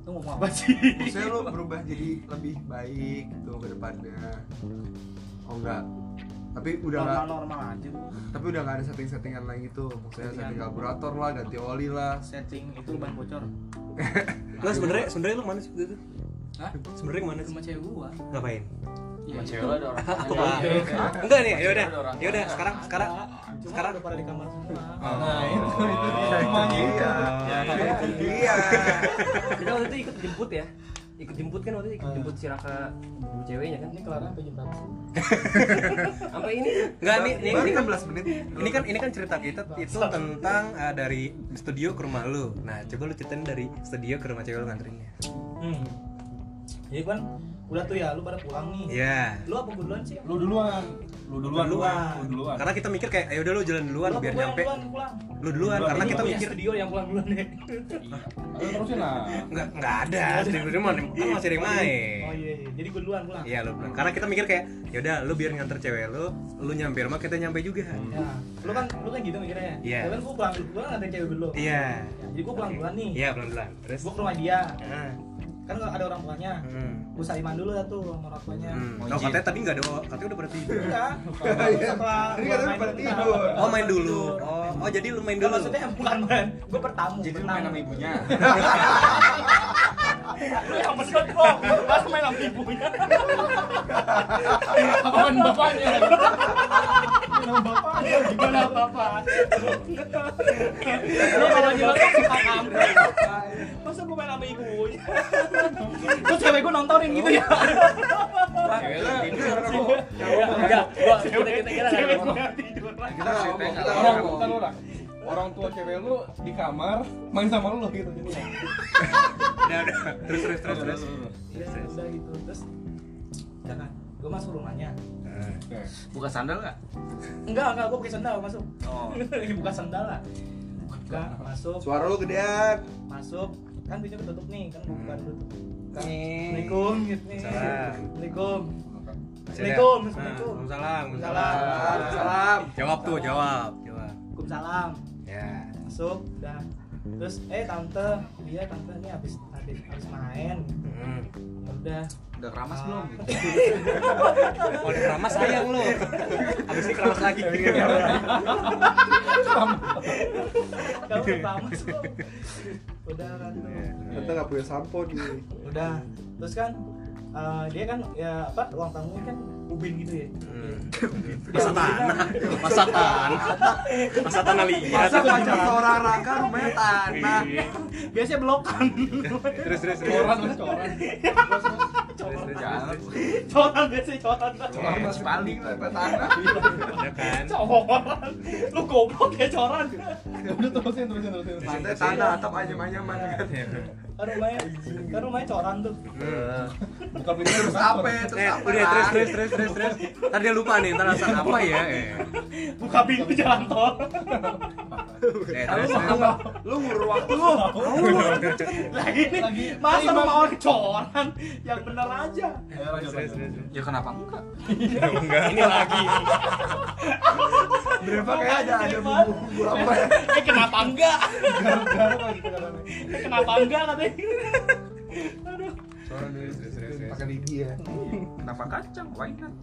[SPEAKER 4] lu ngomong apa sih?
[SPEAKER 1] Maksudnya lu berubah jadi lebih baik gitu ke depannya. Oh enggak. Tapi udah nggak
[SPEAKER 4] Normal-normal aja.
[SPEAKER 1] tapi udah nggak ada setting-settingan lagi tuh. Maksudnya setting
[SPEAKER 3] Iya.
[SPEAKER 1] karburator lah, ganti oli lah.
[SPEAKER 4] Setting itu ban
[SPEAKER 3] *laughs*
[SPEAKER 4] bocor.
[SPEAKER 3] Lu sebenarnya sebenarnya lu mana sih waktu itu?
[SPEAKER 4] Hah?
[SPEAKER 3] Sebenarnya mana sih?
[SPEAKER 4] Rumah cewek gua.
[SPEAKER 3] Ngapain?
[SPEAKER 4] Ya,
[SPEAKER 10] cewek lu ada orang
[SPEAKER 3] Aku
[SPEAKER 8] Iya,
[SPEAKER 3] lah. Enggak nih, ya udah. Ya udah, sekarang sekarang
[SPEAKER 4] Cuma
[SPEAKER 3] sekarang
[SPEAKER 4] udah pada di kamar semua.
[SPEAKER 5] nah itu itu dia
[SPEAKER 1] Semuanya
[SPEAKER 5] rumahnya itu
[SPEAKER 4] Ya,
[SPEAKER 1] Iya.
[SPEAKER 8] *laughs* Kita waktu itu ikut jemput ya. Ikut jemput kan waktu itu ikut jemput si Raka ibu ceweknya kan.
[SPEAKER 4] Ini kelar apa jam berapa? sih?
[SPEAKER 8] Sampai ini
[SPEAKER 3] enggak nih, nih,
[SPEAKER 1] Baru
[SPEAKER 3] ini kan
[SPEAKER 1] 16 menit.
[SPEAKER 3] ini kan ini kan cerita kita itu tentang eh, dari studio ke rumah lu. Nah, coba lu ceritain dari studio ke rumah cewek lu nganterinnya.
[SPEAKER 4] Hmm. Jadi kan udah tuh ya, lu pada pulang nih.
[SPEAKER 3] Iya.
[SPEAKER 4] Lu apa gue duluan sih?
[SPEAKER 5] lu duluan lu duluan lu
[SPEAKER 3] Duluan.
[SPEAKER 5] duluan
[SPEAKER 3] Karena kita mikir kayak ayo udah lu jalan duluan
[SPEAKER 4] Lu apa
[SPEAKER 3] biar
[SPEAKER 4] gua yang
[SPEAKER 3] nyampe.
[SPEAKER 4] duluan pulang.
[SPEAKER 3] Lu duluan
[SPEAKER 5] Duluan.
[SPEAKER 3] karena
[SPEAKER 5] Ini
[SPEAKER 3] kita
[SPEAKER 5] punya
[SPEAKER 3] mikir
[SPEAKER 8] studio yang pulang duluan deh.
[SPEAKER 5] lu terusin lah
[SPEAKER 3] enggak enggak ada.
[SPEAKER 8] Iya.
[SPEAKER 3] Studio di rumah kan masih ada yang main.
[SPEAKER 4] Oh iya, iya. jadi gue duluan pulang.
[SPEAKER 3] Iya lu bilang. Karena kita mikir kayak ya udah lu biar nganter cewek lu, lu nyampe rumah kita nyampe juga.
[SPEAKER 4] Ya, lu kan lu kan gitu mikirnya.
[SPEAKER 3] Iya.
[SPEAKER 4] Ya kan gue pulang dulu, gue ngatain cewek dulu.
[SPEAKER 3] Iya.
[SPEAKER 4] Ya, jadi gue pulang duluan nih.
[SPEAKER 3] Iya, pelan-pelan. Terus
[SPEAKER 4] Gue ke rumah dia.
[SPEAKER 3] Nah.
[SPEAKER 4] Kan nggak ada orang tuanya.
[SPEAKER 3] Hmm.
[SPEAKER 4] Gue saliman dulu lah tuh sama orang tuanya. Iya.
[SPEAKER 3] Hmm. Iya.
[SPEAKER 5] Mojit.
[SPEAKER 3] Oh, katanya tadi nggak ada, katanya udah berhenti. *laughs*
[SPEAKER 4] Enggak.
[SPEAKER 1] Ini katanya pada tidur.
[SPEAKER 3] kan Oh main dulu. Oh, oh jadi lu main
[SPEAKER 4] Enggak
[SPEAKER 3] dulu.
[SPEAKER 4] Kan maksudnya bukan main. Gue bertamu.
[SPEAKER 5] jadi lu
[SPEAKER 4] bertamu.
[SPEAKER 5] main sama ibunya
[SPEAKER 4] *laughs* Lu yang bener kok. Pas main sama ibunya.
[SPEAKER 10] Apaan bapaknya?
[SPEAKER 4] Gimana apa-apa. Lu kalau jelas suka kampret. Masa gue main sama ibunya. Terus cewek gue nontonin gitu ya.
[SPEAKER 8] Oh,
[SPEAKER 5] cewek lu tidur
[SPEAKER 8] iya, Enggak, gua kita kita kira nggak ada orang.
[SPEAKER 5] kita ngomong kita orang kita lu lah orang tua cewek lu di kamar main sama lu gitu
[SPEAKER 3] Udah, udah. Terus terus terus terus.
[SPEAKER 4] Ya, udah gitu. Terus jangan. Gue masuk rumahnya.
[SPEAKER 10] Buka sandal nggak?
[SPEAKER 4] Enggak, enggak, gue pakai sendal masuk. *laughs*
[SPEAKER 10] Oh.
[SPEAKER 4] Buka sendal lah. Buka, masuk,
[SPEAKER 1] Suara lu gedean.
[SPEAKER 4] masuk. Kan pintu ketutup nih, kan gue buka dulu tuh. Kan,
[SPEAKER 3] Nih.
[SPEAKER 4] Assalamualaikum gitu nih.
[SPEAKER 3] Salam.
[SPEAKER 4] Assalamualaikum.
[SPEAKER 3] Assalamualaikum.
[SPEAKER 4] Assalamualaikum. Assalamualaikum.
[SPEAKER 3] Salam.
[SPEAKER 4] Waalaikumsalam.
[SPEAKER 1] Salam.
[SPEAKER 3] Jawab tuh, jawab. Jawab.
[SPEAKER 4] Waalaikumsalam.
[SPEAKER 3] Ya.
[SPEAKER 4] Masuk, udah. Terus, eh tante, iya tante nih habis habis habis main.
[SPEAKER 3] Hmm.
[SPEAKER 4] Ya Udah.
[SPEAKER 10] Udah keramas belum?
[SPEAKER 4] Ah. *laughs*
[SPEAKER 3] Kalau keramas sayang lu. Habis ini keramas lagi.
[SPEAKER 4] Kamu pertama masuk. Udah kan tuh.
[SPEAKER 1] Tante nggak punya sampo nih.
[SPEAKER 4] Udah. Terus kan eh, dia kan ya apa uang tamu kan ubin gitu ya.
[SPEAKER 3] Masa tanah, masa tanah, masa tanah liat.
[SPEAKER 1] Masa pacar seorang Raka rumahnya tanah.
[SPEAKER 4] Biasanya belokan.
[SPEAKER 3] Terus terus terus.
[SPEAKER 5] coran lu coran
[SPEAKER 10] Jangan.
[SPEAKER 4] coran biasanya coran.
[SPEAKER 1] Orang masih paling lah tanah.
[SPEAKER 3] Ya kan.
[SPEAKER 4] Coran. Lu goblok ya coran. Udah terusin terusin terusin.
[SPEAKER 1] Maksudnya tanda atap aja nyaman kan.
[SPEAKER 4] Kan rumahnya kan rumahnya coran tuh. Buka pintu
[SPEAKER 1] Terus apa? iya, Terus
[SPEAKER 8] Eh,
[SPEAKER 1] apa?
[SPEAKER 8] udah terus terus terus terus terus. Ntar dia lupa nih, ntar alasan apa ya? Eh,
[SPEAKER 4] Buka pintu jalan tol.
[SPEAKER 8] eh, terus terus.
[SPEAKER 4] Lu ngurur waktu lu. Lagi nih. Masa rumah orang coran? Yang bener aja.
[SPEAKER 5] Ya kenapa enggak?
[SPEAKER 4] Ini lagi.
[SPEAKER 1] Berapa kayak ada ada bumbu bumbu apa ya?
[SPEAKER 4] Eh kenapa enggak? Eh, Kenapa enggak katanya? Aduh.
[SPEAKER 1] Pakai gigi ya.
[SPEAKER 5] Kenapa kacang? Why not?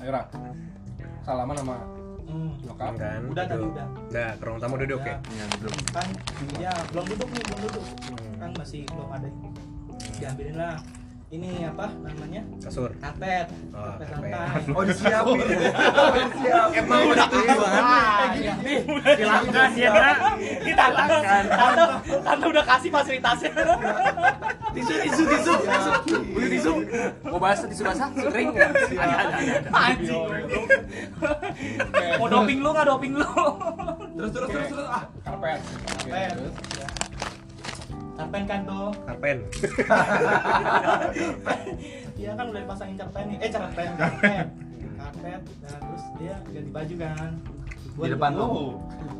[SPEAKER 11] Ayo Ra. Salaman sama nyokap.
[SPEAKER 8] Kan,
[SPEAKER 4] Udah tadi
[SPEAKER 8] duduk.
[SPEAKER 4] udah.
[SPEAKER 8] Udah, ke ruang tamu duduk ya.
[SPEAKER 4] Kan ya belum duduk nih, belum duduk. Kan masih belum ada. Diambilin lah. Ini apa namanya?
[SPEAKER 8] Kasur.
[SPEAKER 4] Karpet.
[SPEAKER 8] Oh,
[SPEAKER 4] Karpet
[SPEAKER 8] karpet.
[SPEAKER 4] lantai.
[SPEAKER 1] Oh disiapin. Oh disiapin. Emang udah
[SPEAKER 4] Iya,
[SPEAKER 11] Silakan ya Ra.
[SPEAKER 4] Kita tante, tante udah kasih fasilitasnya.
[SPEAKER 11] Tisu tisu tisu. Beli tisu. Mau basah tisu basah kering nggak? Ada ada ada. ada.
[SPEAKER 4] Anjing. Mau doping lu nggak doping lu?
[SPEAKER 1] Terus terus terus terus. Ah,
[SPEAKER 11] Karpet.
[SPEAKER 8] Iya,
[SPEAKER 4] Karpet. Karpen kan tuh.
[SPEAKER 8] Karpen.
[SPEAKER 4] *laughs* Dia kan udah dipasangin cerpen nih. Eh
[SPEAKER 8] *laughs*
[SPEAKER 4] cerpen, karpet. Karpet. Nah, terus dia ganti baju kan. Buat
[SPEAKER 5] Di depan lu.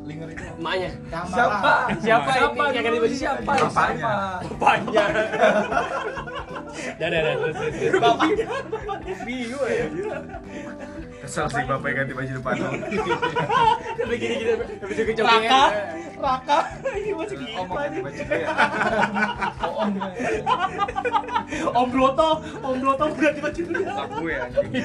[SPEAKER 4] Linger itu.
[SPEAKER 12] Emaknya.
[SPEAKER 4] Kamar
[SPEAKER 1] siapa?
[SPEAKER 4] lah.
[SPEAKER 12] Siapa ini yang ganti baju siapa?
[SPEAKER 1] Apanya?
[SPEAKER 12] Banyak.
[SPEAKER 4] Bapaknya.
[SPEAKER 1] Kesel sih bapak yang ganti baju depan lu.
[SPEAKER 12] Tapi gini-gini tapi juga
[SPEAKER 4] Raka.
[SPEAKER 12] coba.
[SPEAKER 4] Raka. Ini masih gila.
[SPEAKER 1] Oh mau ganti
[SPEAKER 4] anjing.
[SPEAKER 1] baju dulu ya.
[SPEAKER 4] Om Broto, Om Broto udah di baju dulu.
[SPEAKER 1] Aku ya. anjing.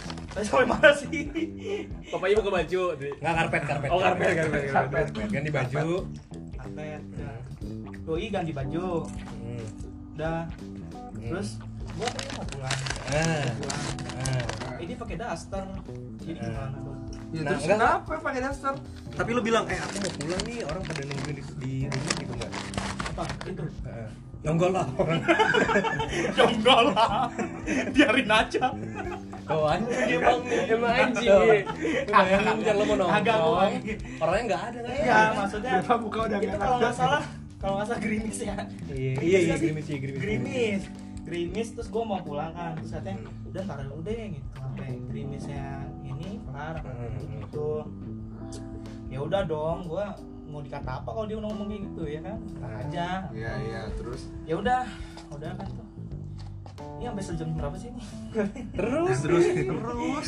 [SPEAKER 4] Tapi sampai mana sih?
[SPEAKER 12] Bapaknya buka baju. Dwi.
[SPEAKER 8] Enggak karpet karpet.
[SPEAKER 12] Oh, karpet,
[SPEAKER 8] karpet karpet. Ganti baju.
[SPEAKER 4] Atlet. ya. Doi ganti baju.
[SPEAKER 8] Hmm.
[SPEAKER 4] Udah. Terus gua kayaknya mau pulang.
[SPEAKER 8] Ah.
[SPEAKER 4] Pulang.
[SPEAKER 8] ah.
[SPEAKER 4] Ini pakai daster. Jadi gimana dong?
[SPEAKER 1] Ya
[SPEAKER 8] Nah,
[SPEAKER 1] terus
[SPEAKER 8] enggak.
[SPEAKER 1] kenapa pakai daster?
[SPEAKER 8] Tapi lu bilang, "Eh, aku mau pulang nih, orang pada nungguin di, di rumah gitu enggak?"
[SPEAKER 4] Apa? Itu.
[SPEAKER 8] Heeh. Ya enggak lah orang.
[SPEAKER 4] Ya enggak lah. Biarin aja.
[SPEAKER 12] Oh anjing emang emang anjing. Emang anjing lo mau
[SPEAKER 4] Agak
[SPEAKER 12] nongkrong.
[SPEAKER 4] mulai.
[SPEAKER 12] Orangnya enggak ada kan?
[SPEAKER 4] Iya, maksudnya
[SPEAKER 1] Kenapa muka udah
[SPEAKER 4] itu
[SPEAKER 1] nggak
[SPEAKER 4] kalau nggak
[SPEAKER 1] ada?
[SPEAKER 4] salah kalau nggak salah gerimis ya
[SPEAKER 8] Iya,
[SPEAKER 4] Gerimis
[SPEAKER 8] iya, iya,
[SPEAKER 4] nggak sih?
[SPEAKER 8] gerimis, iya, gerimis.
[SPEAKER 4] gerimis gerimis terus gue mau pulang kan terus katanya
[SPEAKER 8] Hmm.
[SPEAKER 4] udah taruh dulu deh gitu sampai gerimisnya ini kelar
[SPEAKER 8] Hmm.
[SPEAKER 4] gitu ya udah dong gue mau dikata apa kalau dia ngomong kayak gitu ya kan Ntar aja
[SPEAKER 1] Iya iya terus.
[SPEAKER 4] ya udah udah kan tuh ini sampai sejam berapa sih ini
[SPEAKER 8] Terus
[SPEAKER 1] Terus terus.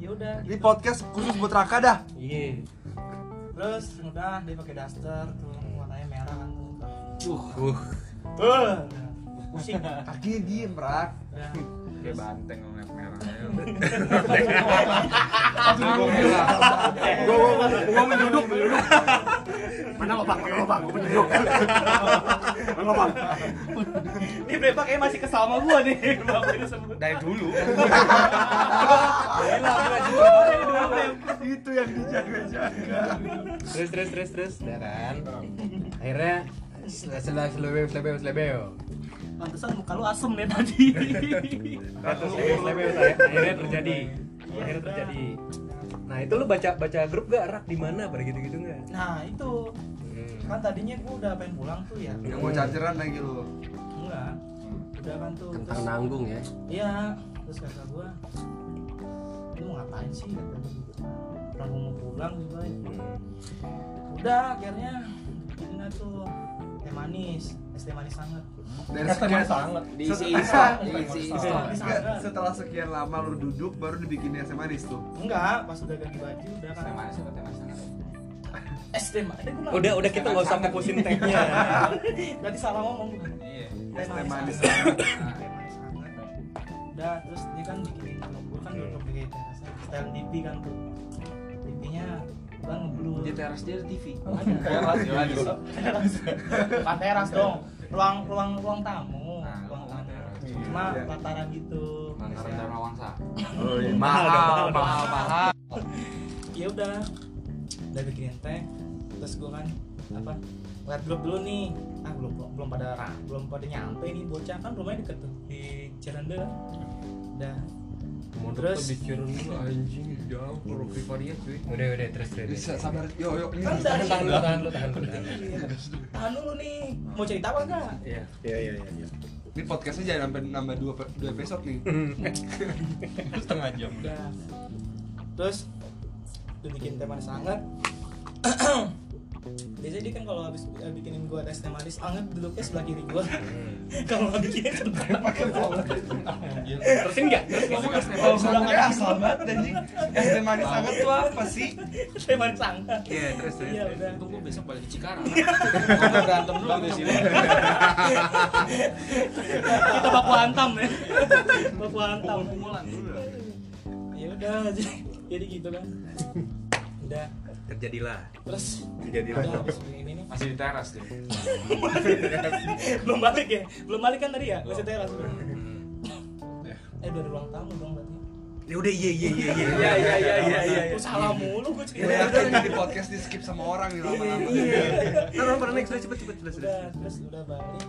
[SPEAKER 4] ya udah
[SPEAKER 1] Ini podcast khusus buat Raka dah.
[SPEAKER 8] Iya.
[SPEAKER 4] terus udah dia pakai daster tuh warnanya merah kan tuh
[SPEAKER 8] Uh.
[SPEAKER 4] Eh, pusing
[SPEAKER 1] Kakinya diem Rak.
[SPEAKER 4] udah
[SPEAKER 5] Dia banteng sama yang merah. Ayo.
[SPEAKER 8] Gua gua gua- gua menduduk, menduduk.
[SPEAKER 11] Mana lobang? Mana lobang? Gua punya
[SPEAKER 4] Ini Brepa kayak masih kesal sama gua nih. Bapak ini sebelum.
[SPEAKER 5] Dari dulu.
[SPEAKER 1] Itu yang dijaga-jaga.
[SPEAKER 8] Terus terus terus terus. Udah kan. Akhirnya setelah selebeo selebeo selebeo.
[SPEAKER 4] Pantesan muka lu asem nih tadi.
[SPEAKER 8] Terus selebeo selebeo akhirnya terjadi. Akhirnya terjadi. Nah, itu lu baca baca grup gak rak di mana pada gitu-gitu enggak?
[SPEAKER 4] Nah, itu. Kan tadinya gua udah pengen pulang tuh ya.
[SPEAKER 8] Iya.
[SPEAKER 1] Yang mau chargeran lagi lu.
[SPEAKER 4] Enggak. Udah kan tuh.
[SPEAKER 12] Kentang
[SPEAKER 4] Terus,
[SPEAKER 12] nanggung ya.
[SPEAKER 4] iya, terus kata gua lu mau ngapain sih kata gua gitu. Orang gua mau pulang juga.
[SPEAKER 8] Hmm.
[SPEAKER 4] Udah akhirnya bikin lah tuh teh manis, es teh manis sangat.
[SPEAKER 1] Dari sekian
[SPEAKER 12] Diisi
[SPEAKER 1] Setelah-
[SPEAKER 12] diisi
[SPEAKER 1] Setelah-
[SPEAKER 4] Diisi.
[SPEAKER 1] enggak, setelah sekian lama lu duduk baru dibikin es manis tuh.
[SPEAKER 4] Enggak, pas udah ganti baju udah kan. Eh,
[SPEAKER 5] Tema siapa tema sangat.
[SPEAKER 4] Es teh manis.
[SPEAKER 8] Udah udah kita nggak usah fokusin tagnya.
[SPEAKER 4] Berarti salah ngomong gua.
[SPEAKER 5] Iya.
[SPEAKER 1] Es teh manis.
[SPEAKER 4] udah terus dia kan bikin kalau gue kan duduk di kayak terasnya style TV kan tuh TV-nya gue ngeblur
[SPEAKER 1] Jadi
[SPEAKER 5] teras dia ada TV.
[SPEAKER 4] Bukan teras dong, ruang ruang ruang tamu,
[SPEAKER 5] Nah,
[SPEAKER 4] ruang Iya.
[SPEAKER 5] ruang
[SPEAKER 4] tamu.
[SPEAKER 5] teras.
[SPEAKER 4] Cuma lataran gitu.
[SPEAKER 5] Lantaran
[SPEAKER 4] biasanya.
[SPEAKER 5] Dharma Wangsa.
[SPEAKER 4] mahal mahal mahal ya udah udah bikin teh terus gue kan apa ngeliat grup dulu nih ah belum belum pada ra- belum pada nyampe nih bocah kan rumahnya deket tuh di Cirende kan. udah terus *laughs*
[SPEAKER 5] anjing jauh ke Rocky Faria cuy.
[SPEAKER 3] udah udah terus terus
[SPEAKER 1] Bisa sabar. Yo yo. ini.
[SPEAKER 4] kan dari
[SPEAKER 3] tahan lu tahan lu tahan lu tahan lu.
[SPEAKER 4] Iya. tahan dulu nih mau cerita apa enggak
[SPEAKER 3] iya iya iya iya.
[SPEAKER 1] Ini podcastnya jangan sampai nambah dua pe- dua episode nih.
[SPEAKER 13] setengah jam
[SPEAKER 4] udah Ya. terus udah bikin teh manis anget *clears throat* biasanya dia kan kalau habis eh, bikinin gua es teh manis anget duduknya sebelah kiri gua *laughs* kalau nggak bikinin tentang pakai bola
[SPEAKER 13] terusin nggak
[SPEAKER 1] Kalau sudah nggak asal banget anjing. Es teh manis sangat tuh apa sih?
[SPEAKER 4] teh manis anget
[SPEAKER 3] Iya, terus terus
[SPEAKER 4] iya udah Iya.
[SPEAKER 5] Untung gua besok balik ke Cikarang. Gua berantem dulu di sini.
[SPEAKER 4] kita baku hantam ya baku hantam
[SPEAKER 5] Pukul-pukulan dulu.
[SPEAKER 4] ya udah jadi jadi gitu kan udah
[SPEAKER 3] terjadilah
[SPEAKER 4] terus
[SPEAKER 3] terjadilah
[SPEAKER 4] udah habis ini nih
[SPEAKER 5] Masih di teras dia.
[SPEAKER 4] belum balik ya belum balik kan tadi ya masih teras
[SPEAKER 5] Hmm.
[SPEAKER 4] eh udah di ruang tamu dong berarti
[SPEAKER 3] ya udah iya iya iya iya
[SPEAKER 6] Iya, iya, iya, iya, iya.
[SPEAKER 4] Aku salah mulu gue cerita.
[SPEAKER 1] Ya udah ini di podcast di skip sama orang nih lama-lama.
[SPEAKER 3] Nah, nomor next udah cepet cepet cepet
[SPEAKER 4] Udah,
[SPEAKER 3] cepet.
[SPEAKER 4] terus udah balik.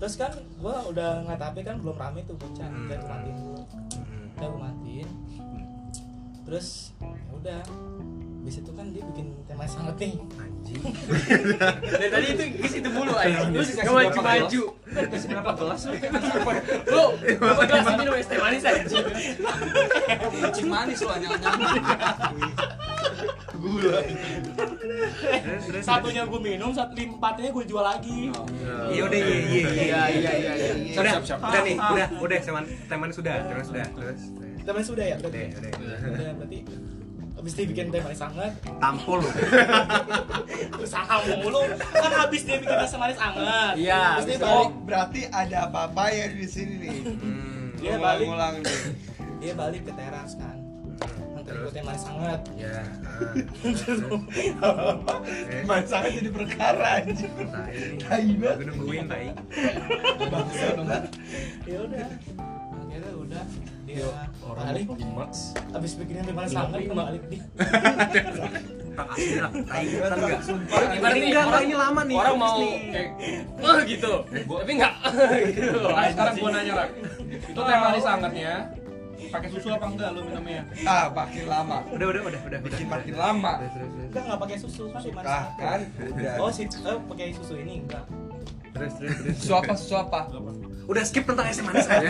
[SPEAKER 4] Terus kan gua udah nggak tapi kan belum rame tuh bocah.
[SPEAKER 3] Hmm.
[SPEAKER 4] Udah gua matiin dulu.
[SPEAKER 3] Hmm.
[SPEAKER 4] Udah gua matiin. Terus ya udah. Abis itu kan dia bikin tema sangat nih.
[SPEAKER 3] anjing
[SPEAKER 6] Dari tadi itu di situ mulu aja.
[SPEAKER 5] Lu
[SPEAKER 6] Terus
[SPEAKER 5] sih kasih
[SPEAKER 6] gak maju
[SPEAKER 5] berapa
[SPEAKER 6] maju.
[SPEAKER 5] gelas? Kasih berapa gelas lu?
[SPEAKER 6] Lu gua kelas ini minum es teh manis aja.
[SPEAKER 5] Kucing manis lu hanya
[SPEAKER 3] terus terus
[SPEAKER 4] Satunya gua minum, satu lim- empatnya gua jual lagi.
[SPEAKER 3] terus. iya udah iya iya iya
[SPEAKER 5] iya iya iya.
[SPEAKER 3] udah udah nih udah udah teman teman sudah teman sudah terus terus.
[SPEAKER 4] Temen sudah ya berarti.
[SPEAKER 3] udah udah
[SPEAKER 4] Udah berarti Abis dia bikin tema sangat,
[SPEAKER 3] tampol lu
[SPEAKER 4] usaha mulu Kan abis dia bikin teh manis anget
[SPEAKER 6] Iya,
[SPEAKER 4] Abis dia
[SPEAKER 6] abis
[SPEAKER 4] balik
[SPEAKER 1] Oh, berarti ada apa-apa ya di sini nih.
[SPEAKER 3] Hmm.
[SPEAKER 4] Dia
[SPEAKER 5] Iya,
[SPEAKER 1] Lu
[SPEAKER 4] balik.
[SPEAKER 1] Ngulang-ngulang nih.
[SPEAKER 4] Dia balik ke teras kan
[SPEAKER 3] Hmm.
[SPEAKER 4] Nanti
[SPEAKER 3] Terus.
[SPEAKER 4] gue teh manis anget
[SPEAKER 3] ya ah. *laughs* Eh,
[SPEAKER 1] Manis sangat jadi perkara anjing.
[SPEAKER 3] tai
[SPEAKER 1] Tai
[SPEAKER 3] nih.
[SPEAKER 1] banget.
[SPEAKER 3] Gua nungguin tai
[SPEAKER 1] Bangsa banget.
[SPEAKER 4] ya udah akhirnya udah dia balik abis bikinin teh manis anget kan balik dia
[SPEAKER 3] tak asli lah tai
[SPEAKER 1] Bener
[SPEAKER 3] enggak
[SPEAKER 1] nggak? Sumpah.
[SPEAKER 3] Ini enggak, enggak, ini lama nih.
[SPEAKER 6] Orang mau
[SPEAKER 3] Fokus nih.
[SPEAKER 6] kayak "Eh," gitu. Tapi enggak. Gitu.
[SPEAKER 5] Sekarang gua nanya lah. Itu teh manis ya? angetnya pakai susu apa enggak lu minumnya?
[SPEAKER 1] Ah, makin lama.
[SPEAKER 3] udah udah udah udah
[SPEAKER 1] Bikin
[SPEAKER 3] udah.
[SPEAKER 1] makin lama.
[SPEAKER 3] Terus, terus, terus.
[SPEAKER 4] enggak nggak pakai susu kan teh manis
[SPEAKER 1] Ah,
[SPEAKER 4] anget
[SPEAKER 1] kan udah.
[SPEAKER 4] oh si eh, pakai susu ini enggak
[SPEAKER 3] terus terus terus
[SPEAKER 1] Susu apa? Susu apa?
[SPEAKER 3] udah skip tentang es manis aja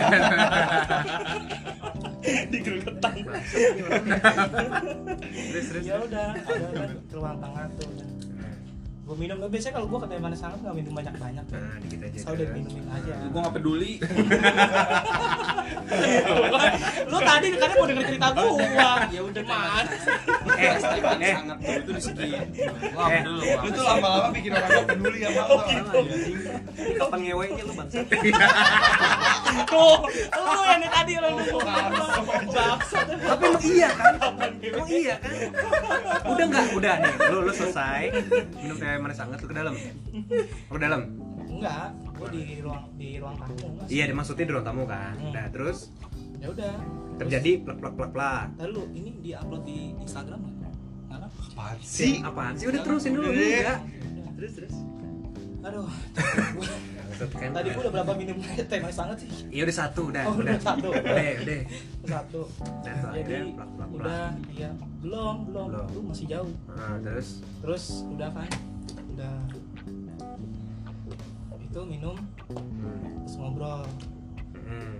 [SPEAKER 4] digerugetan
[SPEAKER 3] terus terus
[SPEAKER 4] ya udah ada kan ke ruang tengah tuh udah gue minum Nah, biasanya kalau gue ke teh manis anget nggak minum banyak banyak ya
[SPEAKER 3] nah dikit aja
[SPEAKER 4] saya udah
[SPEAKER 3] terus.
[SPEAKER 4] minumin aja
[SPEAKER 5] Gua nggak peduli.
[SPEAKER 4] lu tadi katanya mau denger cerita gua ya udah mana sih?
[SPEAKER 3] eh
[SPEAKER 5] Teh manis
[SPEAKER 3] eh
[SPEAKER 5] anget tuh, itu di segi. Wah,
[SPEAKER 3] Eh.
[SPEAKER 5] dulu.
[SPEAKER 1] Lu tuh lama-lama bikin orang gak peduli sama lu.
[SPEAKER 3] kapan ngewenya lu bangsa
[SPEAKER 4] tuh lu yang dari tadi lu nunggu bangsat
[SPEAKER 3] tapi emang iya kan emang iya kan udah nggak udah nih lu lu selesai minum teh manis anget lu ke dalam Lu ke dalam
[SPEAKER 4] enggak gue di ruang di ruang tamu enggak sih.
[SPEAKER 3] iya maksudnya di ruang tamu kan nah terus
[SPEAKER 4] ya udah
[SPEAKER 3] terjadi plak plak plak plak
[SPEAKER 4] lalu ini di upload di Instagram nggak Nggak kan?
[SPEAKER 1] Apaan sih?
[SPEAKER 3] apaan sih Ya udah terusin dulu
[SPEAKER 4] Iya.
[SPEAKER 3] enggak terus terus *laughs*
[SPEAKER 4] aduh
[SPEAKER 3] Maksud kan
[SPEAKER 4] tadi gua udah berapa minum teh manis banget sih
[SPEAKER 3] iya udah satu udah
[SPEAKER 4] Oh,
[SPEAKER 3] udah
[SPEAKER 4] udah
[SPEAKER 3] *laughs*
[SPEAKER 4] satu.
[SPEAKER 3] udah ya, udah
[SPEAKER 4] satu
[SPEAKER 3] dan
[SPEAKER 4] jadi
[SPEAKER 3] akhirnya plak plak plak
[SPEAKER 4] udah iya belum belum
[SPEAKER 3] Belum.
[SPEAKER 4] lu masih jauh
[SPEAKER 3] Nah, terus
[SPEAKER 4] terus udah kan udah itu minum
[SPEAKER 3] hmm.
[SPEAKER 4] terus ngobrol
[SPEAKER 3] Hmm.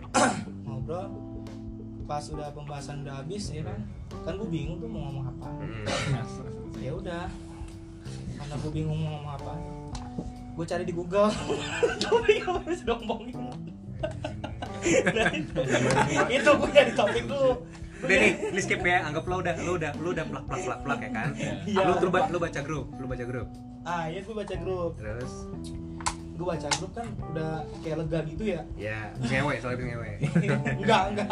[SPEAKER 4] ngobrol pas udah pembahasan udah habis ya kan kan gue bingung tuh mau ngomong apa
[SPEAKER 3] Hmm.
[SPEAKER 4] ya udah karena gue bingung mau ngomong apa gue cari di Google *laughs* gue bingung harus ngomongin Nah, itu- *laughs* itu gue cari topik dulu
[SPEAKER 3] Udah nih, ini skip ya. Anggap lo udah lo udah lo udah plak plak plak plak ya kan. Lo
[SPEAKER 4] Iya.
[SPEAKER 3] lu, lu ba- lu baca grup, lu baca grup.
[SPEAKER 4] ah iya gue baca grup
[SPEAKER 3] Terus
[SPEAKER 4] gue baca grup kan udah kayak lega gitu ya *laughs*
[SPEAKER 3] ya ngewe soalnya itu ngewe
[SPEAKER 4] enggak enggak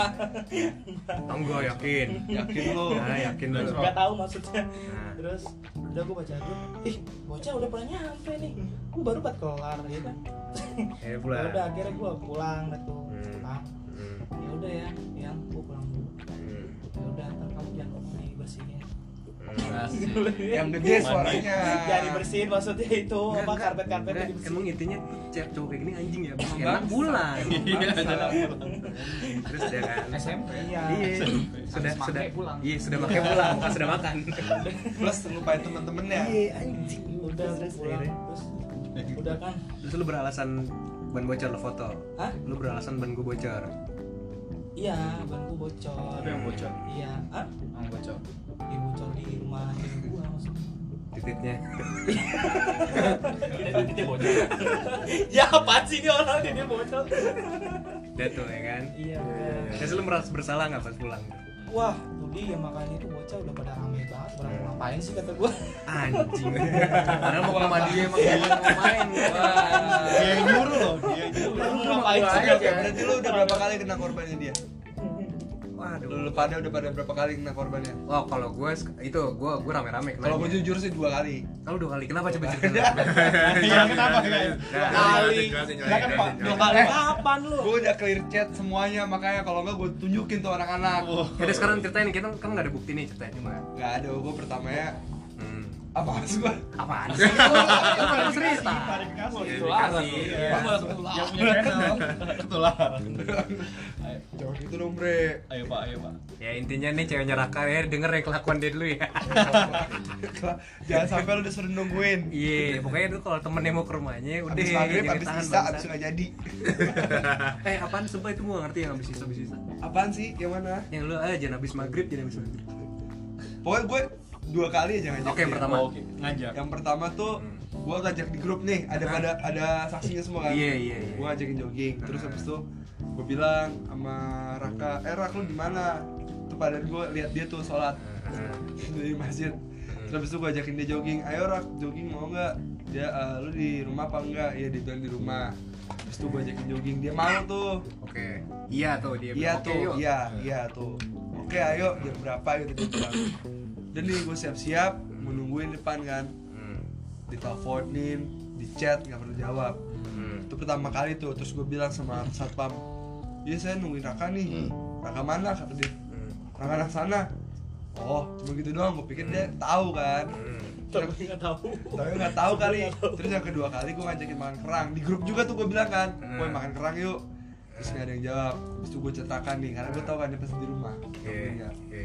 [SPEAKER 3] monggo yakin
[SPEAKER 5] Yakin lu. Iya,
[SPEAKER 3] nah yakin lu
[SPEAKER 4] enggak tahu maksudnya
[SPEAKER 3] nah
[SPEAKER 4] terus udah gue baca grup ih bocah udah pernah nyampe nih gue baru buat kelar ya kan
[SPEAKER 3] ya
[SPEAKER 4] Ya
[SPEAKER 3] pulang
[SPEAKER 4] udah akhirnya gue pulang dah tuh
[SPEAKER 3] Hmm.
[SPEAKER 4] pulang
[SPEAKER 3] Hmm,
[SPEAKER 4] ya udah ya yang gue pulang dulu
[SPEAKER 3] hmm,
[SPEAKER 4] ya udah ntar kamu jangan di bersihin
[SPEAKER 3] hmm.
[SPEAKER 5] Yang gede suaranya.
[SPEAKER 4] jangan Iya, dibersihin maksudnya itu
[SPEAKER 3] Enggak,
[SPEAKER 4] Oh, apa
[SPEAKER 3] enggak.
[SPEAKER 4] karpet karpet
[SPEAKER 3] Enggak,
[SPEAKER 4] dibersihin
[SPEAKER 3] emang intinya tuh cewek cowok kayak gini anjing ya
[SPEAKER 5] Emang
[SPEAKER 3] enak
[SPEAKER 5] bangsa.
[SPEAKER 3] pulang
[SPEAKER 5] Iya, jangan
[SPEAKER 3] terus ya kan
[SPEAKER 5] SMP.
[SPEAKER 4] iya
[SPEAKER 3] iya sudah
[SPEAKER 5] Habis
[SPEAKER 3] sudah
[SPEAKER 5] makai pulang.
[SPEAKER 3] iya sudah pakai pulang *laughs* bukan sudah makan
[SPEAKER 5] Plus ngelupain temen-temennya.
[SPEAKER 1] ya?
[SPEAKER 3] Iya. anjing
[SPEAKER 4] Iya, udah gue pulang
[SPEAKER 3] akhirnya.
[SPEAKER 4] terus udah kan
[SPEAKER 3] terus lu beralasan ban bocor lo foto
[SPEAKER 4] Hah?
[SPEAKER 3] lu beralasan ban gue bocor
[SPEAKER 4] iya ban gue bocor
[SPEAKER 5] Lu yang bocor.
[SPEAKER 4] iya ah
[SPEAKER 5] Yang bocor.
[SPEAKER 4] ya bocor di rumah cewek gue maksudnya
[SPEAKER 3] titiknya
[SPEAKER 4] ya apaan sih ini orang ini dia bocor
[SPEAKER 3] dia tuh ya kan
[SPEAKER 4] iya
[SPEAKER 3] terus lu merasa bersalah nggak pas pulang
[SPEAKER 4] wah tuh dia makanya itu bocah udah pada rame banget orang ngapain sih kata gue
[SPEAKER 3] anjing karena mau sama dia emang dia mau main
[SPEAKER 5] Dia yang nyuruh loh, dia yang nyuruh.
[SPEAKER 4] orang ngapain sih
[SPEAKER 1] Oke,
[SPEAKER 3] Iya.
[SPEAKER 1] oke, berarti lu udah berapa kali kena korbannya dia?
[SPEAKER 3] waduh
[SPEAKER 1] Lu, lu pada udah pada berapa kali kena korbannya?
[SPEAKER 3] Wah Oh, kalau gue sek- itu gue gue rame-rame kena.
[SPEAKER 1] Kalau gue jujur sih dua kali.
[SPEAKER 3] kalau dua kali kenapa coba cerita?
[SPEAKER 5] Kenapa guys?
[SPEAKER 4] kali Lah kan Pak, dua kali kapan lu
[SPEAKER 1] Gue udah clear chat semuanya, makanya kalau nggak gue tunjukin tuh anak-anak.
[SPEAKER 3] Jadi Oh. Ya sekarang ceritain kita kan nggak ada bukti nih ceritain cuma.
[SPEAKER 1] Gak ada, gue pertamanya
[SPEAKER 3] Hmm.
[SPEAKER 1] apa sih gue?
[SPEAKER 3] Apaan sih? Bukan cerita. Iya.
[SPEAKER 5] Yang punya channel. Ketularan.
[SPEAKER 1] Ayo, Jangan gitu dong bre.
[SPEAKER 5] Ayo Pak, ayo Pak.
[SPEAKER 3] Ya intinya nih ceweknya Raka ya denger ya kelakuan dia dulu ya. *laughs*
[SPEAKER 1] Jangan sampai lu disuruh nungguin.
[SPEAKER 3] Iya, pokoknya itu kalau temennya mau ke rumahnya udah
[SPEAKER 1] Abis maghrib,
[SPEAKER 3] jangan
[SPEAKER 1] abis
[SPEAKER 3] ditahan,
[SPEAKER 1] isa,
[SPEAKER 3] bangsa.
[SPEAKER 1] abis nggak jadi.
[SPEAKER 3] Eh apaan sumpah itu gua nggak ngerti yang abis sisa abis sisa.
[SPEAKER 1] Apaan sih? Yang mana?
[SPEAKER 3] Yang lu aja jangan abis maghrib jangan abis maghrib.
[SPEAKER 1] Pokoknya gue dua kali aja ya. ngajak.
[SPEAKER 3] Oke yang
[SPEAKER 1] dia.
[SPEAKER 3] pertama.
[SPEAKER 5] Oke, ngajak.
[SPEAKER 3] Iya.
[SPEAKER 1] Yang pertama tuh
[SPEAKER 3] Hmm.
[SPEAKER 1] gue udah ajak di grup nih, ada pada ada saksinya semua kan.
[SPEAKER 3] Iya, iya, iya.
[SPEAKER 1] Gue ajakin jogging, terus habis itu gue bilang sama Raka, "Eh Rak lu di mana?" Tuh pada gue lihat dia tuh sholat *laughs* di masjid. Terus habis itu gue ajakin dia jogging, "Ayo Rak, jogging mau nggak?" Dia "Eh, lu di rumah apa enggak? Iya dia bilang di rumah. Habis itu gue ajakin jogging, dia mau tuh.
[SPEAKER 3] Oke. Iya tuh dia.
[SPEAKER 1] Iya
[SPEAKER 3] bilang, "Oke,
[SPEAKER 1] tuh,
[SPEAKER 3] yuk."
[SPEAKER 1] iya, iya tuh. Oke, ayo jam berapa gitu dia bilang. Dan nih gue siap-siap mau nungguin depan kan
[SPEAKER 3] Hmm.
[SPEAKER 1] diteleponin, di chat nggak perlu jawab.
[SPEAKER 3] Hmm.
[SPEAKER 1] Itu pertama kali tuh, terus gue bilang sama satpam, iya saya nungguin Raka nih, Raka mana kata dia,
[SPEAKER 3] Hmm.
[SPEAKER 1] Raka anak sana. Oh, cuma gitu doang, gue pikir dia tahu kan.
[SPEAKER 3] Hmm.
[SPEAKER 4] tapi nggak tahu
[SPEAKER 1] Tapi nggak tahu kali. Terus yang kedua kali gue ngajakin makan kerang di grup juga tuh gue bilang kan,
[SPEAKER 3] Hmm.
[SPEAKER 1] gue makan kerang yuk. Terus nggak ada yang jawab. Terus gue cetakan nih, karena gue tahu kan dia pasti di rumah.
[SPEAKER 3] Oke.
[SPEAKER 1] Nungguinnya.
[SPEAKER 3] Oke.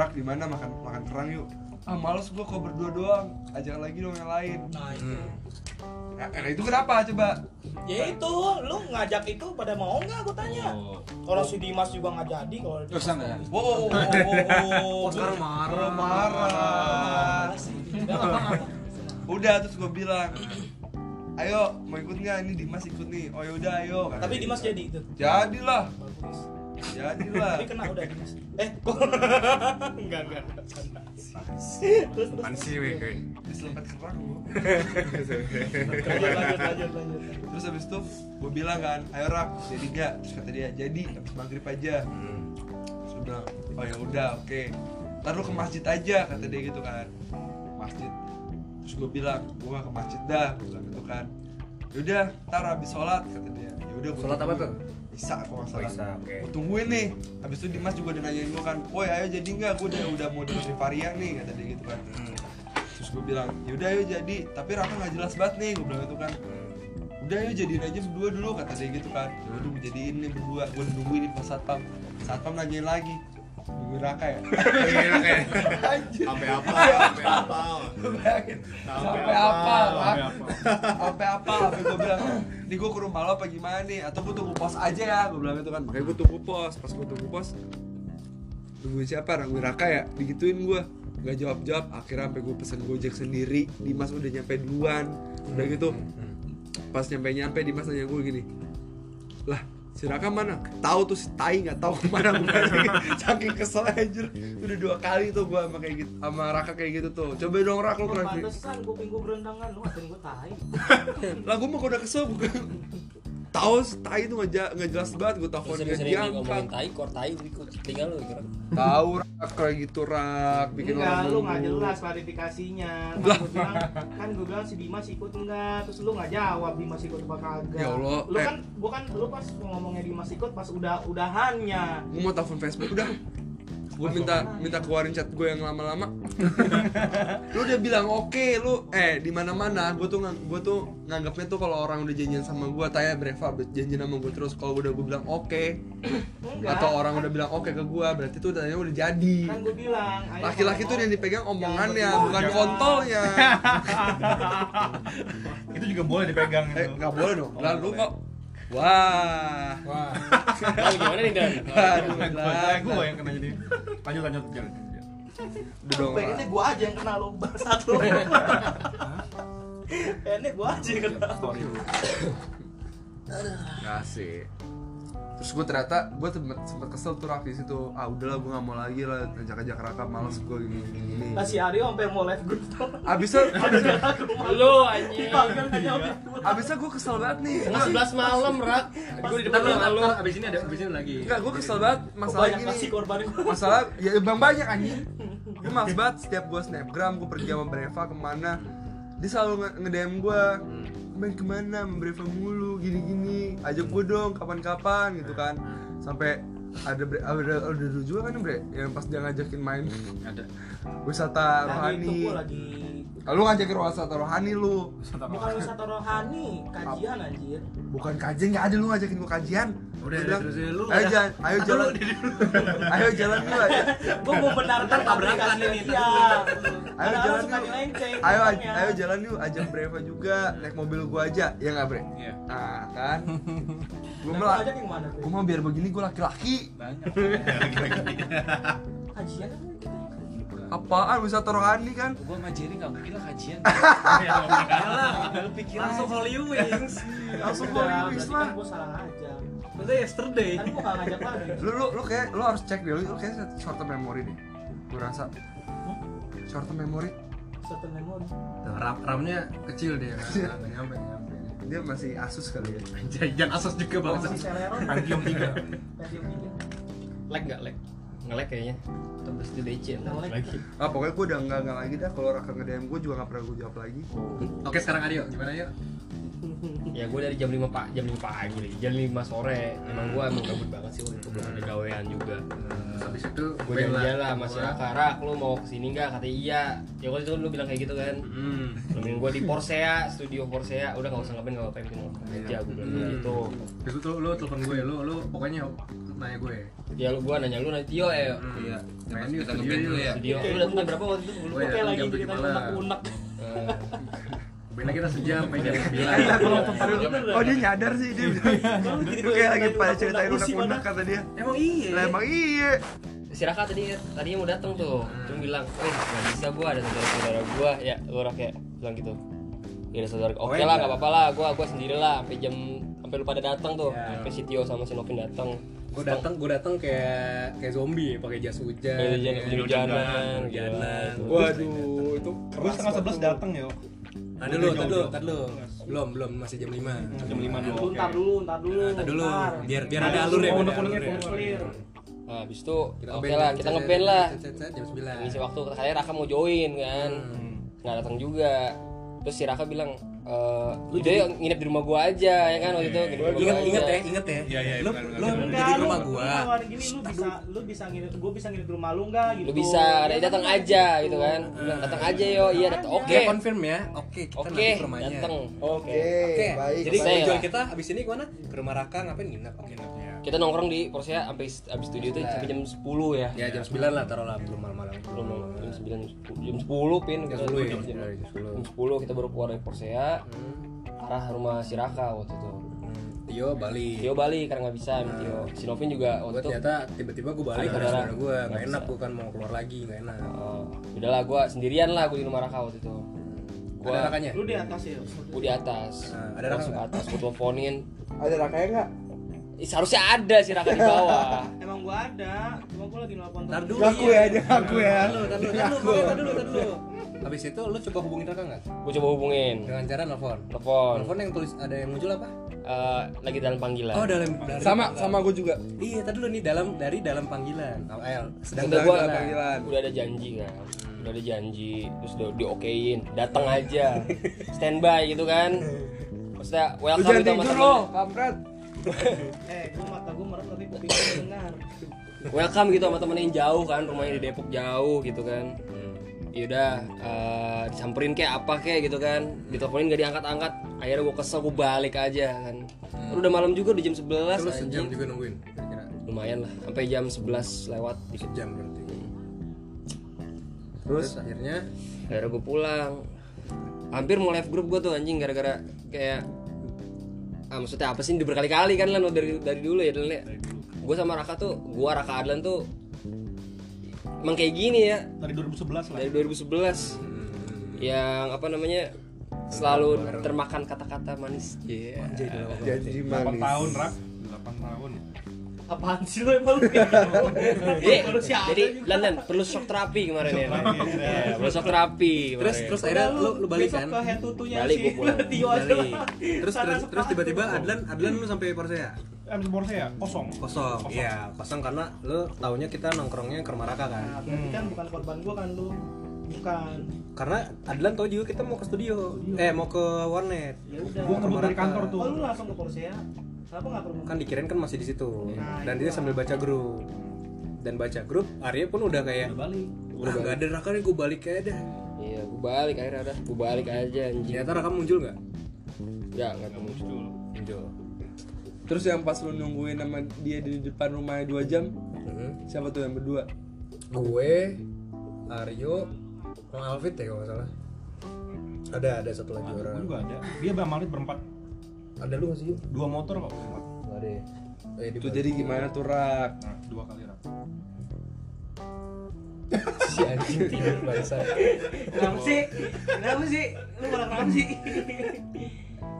[SPEAKER 1] Rak di mana makan makan kerang yuk. Ah males gue kok berdua doang, ajak lagi dong yang lain.
[SPEAKER 4] nah itu
[SPEAKER 3] Hmm.
[SPEAKER 1] Nah, itu kenapa coba?
[SPEAKER 4] ya
[SPEAKER 5] Kan.
[SPEAKER 4] itu lu ngajak itu pada mau nggak gue tanya kalau si Dimas juga nggak jadi kalau
[SPEAKER 5] Oh. Terus sana ya?
[SPEAKER 1] Wow, wow, wow, wow,
[SPEAKER 3] Oh, sekarang marah.
[SPEAKER 1] marah. marah.
[SPEAKER 5] Ah,
[SPEAKER 1] Udah terus gue bilang, ayo mau ikut nggak? Ini Dimas ikut nih. Oh yaudah ayo. Kata
[SPEAKER 4] tapi
[SPEAKER 1] dia.
[SPEAKER 4] Dimas jadi itu
[SPEAKER 1] Jadilah,
[SPEAKER 4] bagus
[SPEAKER 1] jadilah.
[SPEAKER 4] *laughs* tapi kena udah Dimas eh kok *laughs* enggak enggak enggak, bercanda. terus terus
[SPEAKER 3] Apaan sih weh, weh?
[SPEAKER 1] Diselempet kerang gua.
[SPEAKER 4] lanjut lanjut lanjut lanjut
[SPEAKER 1] Terus habis itu gue bilang kan, ayo rak jadi nggak? Terus kata dia jadi. Habis maghrib aja. sudah oh ya udah oke ntar lu ke masjid aja kata dia gitu kan masjid terus gue bilang gue gak ke masjid dah gue bilang gitu kan yaudah ntar habis sholat kata dia yaudah gua
[SPEAKER 3] Sholat apa
[SPEAKER 1] tungguin.
[SPEAKER 3] tuh?
[SPEAKER 1] Isya kalau nggak
[SPEAKER 3] Oh,
[SPEAKER 1] salah
[SPEAKER 3] Isya, oke.
[SPEAKER 1] Gua tungguin nih habis itu Dimas juga udah nanyain gue kan woi ayo jadi nggak gue udah udah mau dengerin varian nih kata dia gitu kan terus gue bilang yaudah ayo jadi tapi Raka nggak jelas banget nih gue bilang gitu kan udah yuk jadiin aja berdua dulu kata dia gitu kan udah gue jadiin nih berdua gue nungguin nih pas satpam satpam nanyain lagi nunggu Raka ya *laughs*
[SPEAKER 3] Gila kayak.
[SPEAKER 14] Sampai apa? Sampai apa?
[SPEAKER 1] Gua bayangin sampai apa Raka? sampai apa sampai gue bilang nih gue ke rumah lo apa gimana nih atau gue tunggu pos aja ya gue bilang gitu kan makanya gue tunggu pos pas gue tunggu pos nungguin siapa nungguin Raka ya digituin gue nggak jawab jawab akhirnya sampai gue pesen gojek sendiri Dimas udah nyampe duluan udah gitu pas nyampe nyampe Dimas nanya gue gini lah si Raka mana tahu tuh si tai nggak tahu kemana gue *laughs* saking kesel anjir udah dua kali tuh gue sama kayak gitu sama Raka kayak gitu tuh coba dong Raka lu pernah
[SPEAKER 4] Pantesan kuping gue berendangan, wah dan gue tai.
[SPEAKER 1] lah gue mah udah kesel bukan tahu si tai tuh nggak ja- nggak jelas banget gue telepon dia
[SPEAKER 15] Sering-sering ngomongin
[SPEAKER 1] diangkat
[SPEAKER 15] tai, kor tai, jadi kucing tinggal lu kira.
[SPEAKER 1] tahu Rak kayak gitu Rak bikin
[SPEAKER 4] enggak, lu nggak
[SPEAKER 1] nunggu.
[SPEAKER 4] jelas klarifikasinya. Kan gue bilang, kan gue bilang si Dimas ikut enggak, terus lu nggak jawab Dimas ikut apa kagak.
[SPEAKER 1] Ya Allah,
[SPEAKER 4] Lu
[SPEAKER 1] eh.
[SPEAKER 4] kan, gua kan, lu pas ngomongnya Dimas ikut pas udah udahannya.
[SPEAKER 1] gue mau telepon Facebook udah gue minta minta keluarin chat gue yang
[SPEAKER 4] *laughs*
[SPEAKER 1] lama-lama lu udah bilang oke lu eh di mana mana gue tuh ngang- gue tuh nganggapnya tuh kalau orang udah janjian sama gue tanya Breva udah janjian sama gue terus kalau udah gue bilang oke
[SPEAKER 4] Enggak.
[SPEAKER 1] atau orang udah bilang oke ke gue berarti tuh tanya udah jadi
[SPEAKER 4] kan gue bilang. ayo
[SPEAKER 1] laki-laki tuh
[SPEAKER 4] ngomong.
[SPEAKER 1] yang dipegang omongannya
[SPEAKER 4] Jangan
[SPEAKER 1] bukan
[SPEAKER 4] berdua.
[SPEAKER 1] *laughs* kontolnya
[SPEAKER 15] Itu juga boleh dipegang
[SPEAKER 1] eh
[SPEAKER 15] itu.
[SPEAKER 1] nggak boleh dong lah lu kok wah *laughs*
[SPEAKER 15] Wah. Lan, gimana nih, Dan?
[SPEAKER 1] Aduh,
[SPEAKER 15] Lan.
[SPEAKER 1] Lan.
[SPEAKER 15] Gua yang kena jadi. Lanjut lanjut jalan.
[SPEAKER 1] udah
[SPEAKER 4] Kan
[SPEAKER 1] dong Lan.
[SPEAKER 4] Pengennya gue aja yang kena lo bangsat
[SPEAKER 1] *laughs*
[SPEAKER 4] lu. Pengennya gue aja yang kena.
[SPEAKER 1] Iya. Gak sih. Terus gue ternyata gue sempet kesel tuh Rak di situ. Ah udahlah gue gak mau lagi lah ngajak-ngajak Raka males gue gini gini. gini.
[SPEAKER 4] Nah si Aryo sampai mau live group tuh.
[SPEAKER 1] Abisnya,
[SPEAKER 4] Lu anjing. Dipanggil nggak nyampe.
[SPEAKER 1] abisnya gue kesel banget nih.
[SPEAKER 15] Tengah 11 malam, Rak.
[SPEAKER 4] Gue di
[SPEAKER 13] Ntar lu, ntar lu, abis ini ada, abis ini lagi
[SPEAKER 1] Enggak, gue kesel banget masalah
[SPEAKER 4] Banyak
[SPEAKER 1] gini.
[SPEAKER 4] kasih korban gue.
[SPEAKER 1] Masalah ya bang banyak anjing. Gue males banget setiap gue snapgram gue pergi sama Breva kemana. Dia selalu nge- nge-DM gue. Main kemana, sama Breva mulu, gini-gini. Ajak gue dong kapan-kapan gitu kan. Sampai ada bre, ada ada dulu juga kan bre yang pas dia ngajakin main *laughs*
[SPEAKER 13] Ada
[SPEAKER 1] wisata
[SPEAKER 4] Lagi Nah, itu
[SPEAKER 1] rohani
[SPEAKER 4] gue lagi
[SPEAKER 1] Ah, lu ngajakin wisata rohani lu
[SPEAKER 4] bukan wisata rohani kajian anjir
[SPEAKER 1] bukan kajian nggak ada lu ngajakin gua kajian
[SPEAKER 13] Udah,
[SPEAKER 1] Gua
[SPEAKER 13] udah,
[SPEAKER 1] bilang,
[SPEAKER 13] terus dulu,
[SPEAKER 1] ayo
[SPEAKER 13] udah.
[SPEAKER 1] jalan
[SPEAKER 13] *laughs*
[SPEAKER 1] ayo jalan ayo jalan dulu ayo
[SPEAKER 4] gue mau benarkan
[SPEAKER 13] tabrakan ini,
[SPEAKER 4] iya
[SPEAKER 1] ayo
[SPEAKER 4] Kadang-kadang
[SPEAKER 1] jalan
[SPEAKER 4] suka kan ya.
[SPEAKER 1] yuk
[SPEAKER 4] nyelenceng
[SPEAKER 1] ayo aj-
[SPEAKER 4] ngomongnya.
[SPEAKER 1] ayo jalan yuk ajak Breva juga naik mobil gua aja ya nggak Bre
[SPEAKER 15] Iya.
[SPEAKER 1] nah kan gua
[SPEAKER 4] Nah,
[SPEAKER 1] malah
[SPEAKER 4] lu ajak yang mana
[SPEAKER 1] gua
[SPEAKER 4] Bre?
[SPEAKER 1] mau biar begini gua laki-laki
[SPEAKER 4] kajian kan gitu.
[SPEAKER 1] apaan wisata rohani kan
[SPEAKER 15] Gua sama Jerry nggak mungkin lah
[SPEAKER 8] *laughs* Iya
[SPEAKER 15] kajian.
[SPEAKER 3] Iya
[SPEAKER 13] Langsung Holy
[SPEAKER 3] ya.
[SPEAKER 13] Wings
[SPEAKER 3] Iya,
[SPEAKER 1] langsung
[SPEAKER 4] Udah,
[SPEAKER 1] gua rilis
[SPEAKER 4] berarti
[SPEAKER 1] lah
[SPEAKER 4] kan gue salah ngajak
[SPEAKER 13] Maksudnya yesterday
[SPEAKER 4] kan gue gak ngajak lagi
[SPEAKER 1] lu lu lu kayak lu harus cek deh lu, lu kayak short term memory deh gua rasa short term memory
[SPEAKER 4] satu memori
[SPEAKER 3] Tuh, RAM RAM-nya kecil dia. Nggak- nggak nyampe nggak nyampe.
[SPEAKER 1] dia masih asus kali ya
[SPEAKER 13] Jajan asos juga bang
[SPEAKER 4] masih seleron
[SPEAKER 3] Iya.
[SPEAKER 15] Antium 3.
[SPEAKER 4] Pentium tiga.
[SPEAKER 8] Lag nggak lag? Ngelag kayaknya. Terus di DC
[SPEAKER 4] Nge-lag.
[SPEAKER 8] lagi.
[SPEAKER 1] ah pokoknya gue udah nggak nggak lagi dah kalau Raka nge DM gue juga nggak pernah gue jawab lagi
[SPEAKER 3] Oke, sekarang Adio, gimana yuk?
[SPEAKER 8] Ya gue dari jam 5 pak, jam 5 pagi lagi, jam 5 sore. Emang gue emang gabut banget sih waktu itu belum ada gawean juga.
[SPEAKER 3] Terus habis itu
[SPEAKER 8] Gue
[SPEAKER 3] band
[SPEAKER 8] janjian lah sama
[SPEAKER 3] Gua-
[SPEAKER 8] si Raka, Rak lu mau kesini nggak? Katanya iya. Ya waktu itu lu bilang kayak gitu kan.
[SPEAKER 3] Hmm.
[SPEAKER 8] Nemenin gue di Porsea, studio Porsea. Udah nggak usah ngapain nggak apa-apa yang penting aja gue bilang
[SPEAKER 3] Hmm.
[SPEAKER 8] gitu.
[SPEAKER 3] Terus itu lu telepon gue, lu lu pokoknya nanya gue.
[SPEAKER 8] Ya lu gue nanya lu nanti yo eh
[SPEAKER 3] Iya. Main
[SPEAKER 15] Mas,
[SPEAKER 3] yuk
[SPEAKER 15] kita
[SPEAKER 3] studio
[SPEAKER 15] ngeband dulu
[SPEAKER 3] yuk.
[SPEAKER 15] ya.
[SPEAKER 4] Iya,
[SPEAKER 8] studio. Lu datang berapa waktu itu? Lu
[SPEAKER 3] Oh, iya, Gua
[SPEAKER 4] Oke
[SPEAKER 3] datang
[SPEAKER 4] lagi
[SPEAKER 3] jam
[SPEAKER 4] kita
[SPEAKER 3] 7 malam.
[SPEAKER 4] unek unek
[SPEAKER 3] Bandnya kita sejam,
[SPEAKER 8] Eh,
[SPEAKER 3] main Iya, jam 9.
[SPEAKER 1] oh dia nyadar sih dia itu kayak lagi pada ceritain unek unek kata dia
[SPEAKER 13] Emang iya
[SPEAKER 1] lah emang iya
[SPEAKER 8] si Raka tadi tadinya mau datang tuh
[SPEAKER 3] Hmm.
[SPEAKER 8] cuma bilang eh nggak bisa gua ada saudara saudara gua ya lu Rak ya bilang gitu ya ada saudara
[SPEAKER 3] Oh,
[SPEAKER 8] oke
[SPEAKER 3] iya.
[SPEAKER 8] lah nggak apa-apa lah gua gua sendiri lah sampai jam sampai lu pada datang tuh
[SPEAKER 3] Iya.
[SPEAKER 8] sampai si Tio sama si Novin datang
[SPEAKER 3] Gue datang, gue datang kayak kayak zombie, pakai jas hujan.
[SPEAKER 8] Pakai jas
[SPEAKER 3] kayak-
[SPEAKER 8] hujan-hujanan,
[SPEAKER 3] hujanan.
[SPEAKER 8] gitu.
[SPEAKER 3] Waduh, itu
[SPEAKER 15] Gua setengah 11 datang yo.
[SPEAKER 3] Tadi lu, tadi lu, tadi lu. Belum, belum masih jam 5.
[SPEAKER 15] Jam 5 dulu.
[SPEAKER 4] lu ntar dulu ntar dulu
[SPEAKER 3] Nah, tadi Iya, dulu
[SPEAKER 4] ntar.
[SPEAKER 3] biar biar ada alur ya, biar ada alur ya.
[SPEAKER 4] Clear.
[SPEAKER 8] nah habis itu
[SPEAKER 3] Kita
[SPEAKER 8] oke
[SPEAKER 3] ngeband,
[SPEAKER 8] lah
[SPEAKER 3] cet,
[SPEAKER 8] kita
[SPEAKER 3] cet,
[SPEAKER 8] ngeband
[SPEAKER 3] cet,
[SPEAKER 8] lah
[SPEAKER 3] cet, cet, cet, Jam 9.
[SPEAKER 8] ngisi waktu saya Raka mau join kan
[SPEAKER 3] Hmm.
[SPEAKER 8] nggak datang juga terus si Raka bilang eh lu jadi nginep di rumah gua aja ya kan waktu itu nginep di rumah
[SPEAKER 3] Ingat
[SPEAKER 8] gua
[SPEAKER 3] ingat
[SPEAKER 8] aja.
[SPEAKER 3] ya, ingat ya.
[SPEAKER 15] Iya, iya,
[SPEAKER 3] Lu
[SPEAKER 15] benar, benar,
[SPEAKER 3] lu
[SPEAKER 15] benar.
[SPEAKER 3] jadi
[SPEAKER 4] Enggak,
[SPEAKER 3] di rumah
[SPEAKER 4] lu-
[SPEAKER 3] gua.
[SPEAKER 4] lu nawarin gini, lu bisa lu bisa nginep gue bisa nginep di rumah lu nggak gitu
[SPEAKER 8] lu bisa ada datang aja gitu Iya, kan Lu bilang, datang aja yo iya Kan datang oke
[SPEAKER 3] Dia confirm ya. Oke, kita
[SPEAKER 8] oke
[SPEAKER 3] nanti ke rumahnya.
[SPEAKER 8] datang
[SPEAKER 1] oke
[SPEAKER 3] Oke, jadi
[SPEAKER 8] Saya
[SPEAKER 3] tujuan
[SPEAKER 8] lah.
[SPEAKER 3] kita habis ini kemana? Ke rumah Raka ngapain nginep? Oke, nginep.
[SPEAKER 8] kita nongkrong di Porsea sampai abis studio tuh sampai jam 10 ya
[SPEAKER 3] Ya jam 9 lah taruh lah belum malam-malam.
[SPEAKER 8] belum jam 9 jam 10 pin
[SPEAKER 3] Jam
[SPEAKER 8] kita-
[SPEAKER 3] 10 ya?
[SPEAKER 8] jam,
[SPEAKER 3] Jam Hmm. 10.
[SPEAKER 8] jam 10 kita baru keluar dari Porsea arah rumah Siraka waktu itu
[SPEAKER 3] Hmm, Tio Bali.
[SPEAKER 8] Tio balik karena nggak bisa sama
[SPEAKER 3] Nah.
[SPEAKER 8] Tio Sinovin juga
[SPEAKER 6] Oh,
[SPEAKER 3] Gue
[SPEAKER 8] waktu itu
[SPEAKER 3] ternyata tiba-tiba gue balik
[SPEAKER 8] Ada
[SPEAKER 3] ada
[SPEAKER 8] saudara.
[SPEAKER 3] saudara gue nggak
[SPEAKER 8] Nggak
[SPEAKER 3] enak
[SPEAKER 8] bisa.
[SPEAKER 3] gue kan mau keluar lagi nggak enak.
[SPEAKER 8] eh, udahlah gue sendirian lah gue di rumah Raka waktu itu
[SPEAKER 3] Ada
[SPEAKER 8] Gua-
[SPEAKER 3] rakanya?
[SPEAKER 4] lu di atas ya
[SPEAKER 8] gue di atas
[SPEAKER 3] Nah, ada
[SPEAKER 8] langsung ke
[SPEAKER 3] Raka
[SPEAKER 8] atas gue teleponin
[SPEAKER 1] ada rakanya ya nggak
[SPEAKER 8] Ih, seharusnya ada si Raka di bawah
[SPEAKER 4] Emang gua ada, cuma gua lagi nelpon
[SPEAKER 6] Ntar
[SPEAKER 4] temen.
[SPEAKER 6] dulu.
[SPEAKER 4] Ngaku ya,
[SPEAKER 6] dia
[SPEAKER 4] ngaku ya.
[SPEAKER 6] Ntar dulu, ntar dulu, ntar dulu, ntar dulu, ntar dulu. Habis itu lu coba hubungin Raka nggak?
[SPEAKER 8] gue coba hubungin
[SPEAKER 6] Dengan cara nelfon.
[SPEAKER 8] telepon
[SPEAKER 6] Nelfon yang tulis ada yang muncul apa?
[SPEAKER 8] Eh, lagi dalam panggilan
[SPEAKER 6] Oh, dalam dari-
[SPEAKER 1] Sama sama gue juga.
[SPEAKER 6] Iya, tadi dulu nih dalam dari dalam panggilan. Oh, eh, sedang
[SPEAKER 8] udah
[SPEAKER 6] dalam
[SPEAKER 8] gua kan,
[SPEAKER 6] panggilan.
[SPEAKER 8] udah ada janji kan udah ada janji terus udah diokein datang aja standby gitu
[SPEAKER 1] *laughs*
[SPEAKER 8] kan maksudnya
[SPEAKER 1] Lu
[SPEAKER 8] welcome
[SPEAKER 1] jangan
[SPEAKER 8] gitu sama
[SPEAKER 1] tidur lo,
[SPEAKER 8] temen
[SPEAKER 1] Oh, kampret.
[SPEAKER 4] Eh, gua mata gua merem tapi kuping gua dengar.
[SPEAKER 8] welcome gitu sama temennya yang jauh kan rumahnya di Depok jauh gitu kan yaudah eh, disamperin kayak apa kayak gitu kan diteleponin gak diangkat-angkat akhirnya gue kesel gue balik aja kan udah malam juga udah jam 11
[SPEAKER 3] Terus
[SPEAKER 8] anjing.
[SPEAKER 3] sejam gitu? juga nungguin kira-kira
[SPEAKER 8] lumayan lah sampai jam 11 lewat dikit
[SPEAKER 3] jam berarti.
[SPEAKER 8] terus
[SPEAKER 3] akhirnya
[SPEAKER 8] akhirnya gue pulang hampir mau live group gue tuh anjing gara-gara kayak ah, maksudnya apa sih ini berkali-kali kan lan dari dari dulu ya Lan, ya gue sama Raka tuh gue Raka Adlan tuh emang kayak gini ya
[SPEAKER 15] Dari 2011 lah.
[SPEAKER 8] dari 2011 yang apa namanya selalu termakan kata-kata manis Iya
[SPEAKER 9] Janji
[SPEAKER 15] 8
[SPEAKER 9] manis.
[SPEAKER 15] tahun, Rak. 8 tahun.
[SPEAKER 4] Apaan sih lu emang lu?
[SPEAKER 8] Jadi-
[SPEAKER 4] Lu siapa
[SPEAKER 8] jadi
[SPEAKER 4] juga?
[SPEAKER 8] Lan Lan, perlu shock terapi kemarin ya
[SPEAKER 15] Shock terapi, ya.
[SPEAKER 8] Iya, perlu shock terapi
[SPEAKER 3] Terus
[SPEAKER 8] kemarin.
[SPEAKER 3] terus akhirnya lu lu balik
[SPEAKER 4] besok
[SPEAKER 3] kan?
[SPEAKER 4] ke head tutunya
[SPEAKER 8] Balik,
[SPEAKER 4] si
[SPEAKER 8] gua pulang.
[SPEAKER 4] *laughs* Tio aja
[SPEAKER 3] Balik.
[SPEAKER 4] lah.
[SPEAKER 3] Terus
[SPEAKER 4] Sana
[SPEAKER 3] terus terus
[SPEAKER 4] sepatu.
[SPEAKER 3] tiba-tiba Adlan Adlan lu sampai Porsea
[SPEAKER 15] Abis borse ya? Kosong.
[SPEAKER 3] kosong. Iya, kosong karena lu taunya kita nongkrongnya ke rumah Raka kan.
[SPEAKER 4] Nah, berarti kan bukan korban gua kan lu. Bukan.
[SPEAKER 3] Karena Adlan tahu juga kita mau ke studio. Eh, mau ke Warnet.
[SPEAKER 4] Ya udah.
[SPEAKER 15] Gua ngebut dari kantor tuh.
[SPEAKER 4] Oh, lu langsung ke Porsea. Kenapa enggak perlu?
[SPEAKER 3] kan dikirain kan masih di situ
[SPEAKER 4] Nah,
[SPEAKER 3] dan
[SPEAKER 4] iya.
[SPEAKER 3] dia sambil baca grup dan baca grup Arya pun udah kayak
[SPEAKER 15] Balik.
[SPEAKER 3] udah gak ada Raka nih gue balik aja dah
[SPEAKER 8] Iya, gue balik akhirnya ada. Gue balik aja anjing.
[SPEAKER 3] ternyata Raka muncul nggak
[SPEAKER 8] Enggak, enggak ketemu.
[SPEAKER 3] muncul
[SPEAKER 1] Terus yang pas lu nungguin sama dia di depan rumahnya 2 jam,
[SPEAKER 3] Mhm.
[SPEAKER 1] siapa tuh yang berdua?
[SPEAKER 3] gue Aryo Bang Alvin ya kalau nggak salah ada ada satu lagi orang
[SPEAKER 15] Gua juga ada. Dia Bang Marit berempat.
[SPEAKER 3] ada lu nggak sih Yu?
[SPEAKER 15] Dua motor kok. berempat.
[SPEAKER 3] Nggak ada ya? eh, di
[SPEAKER 1] Itu jadi gimana tuh Rak?
[SPEAKER 15] Nah, dua kali Rak.
[SPEAKER 3] si *laughs* anjing tidur barisan
[SPEAKER 4] Kenapa sih? Kenapa sih? Lu malah kenapa sih?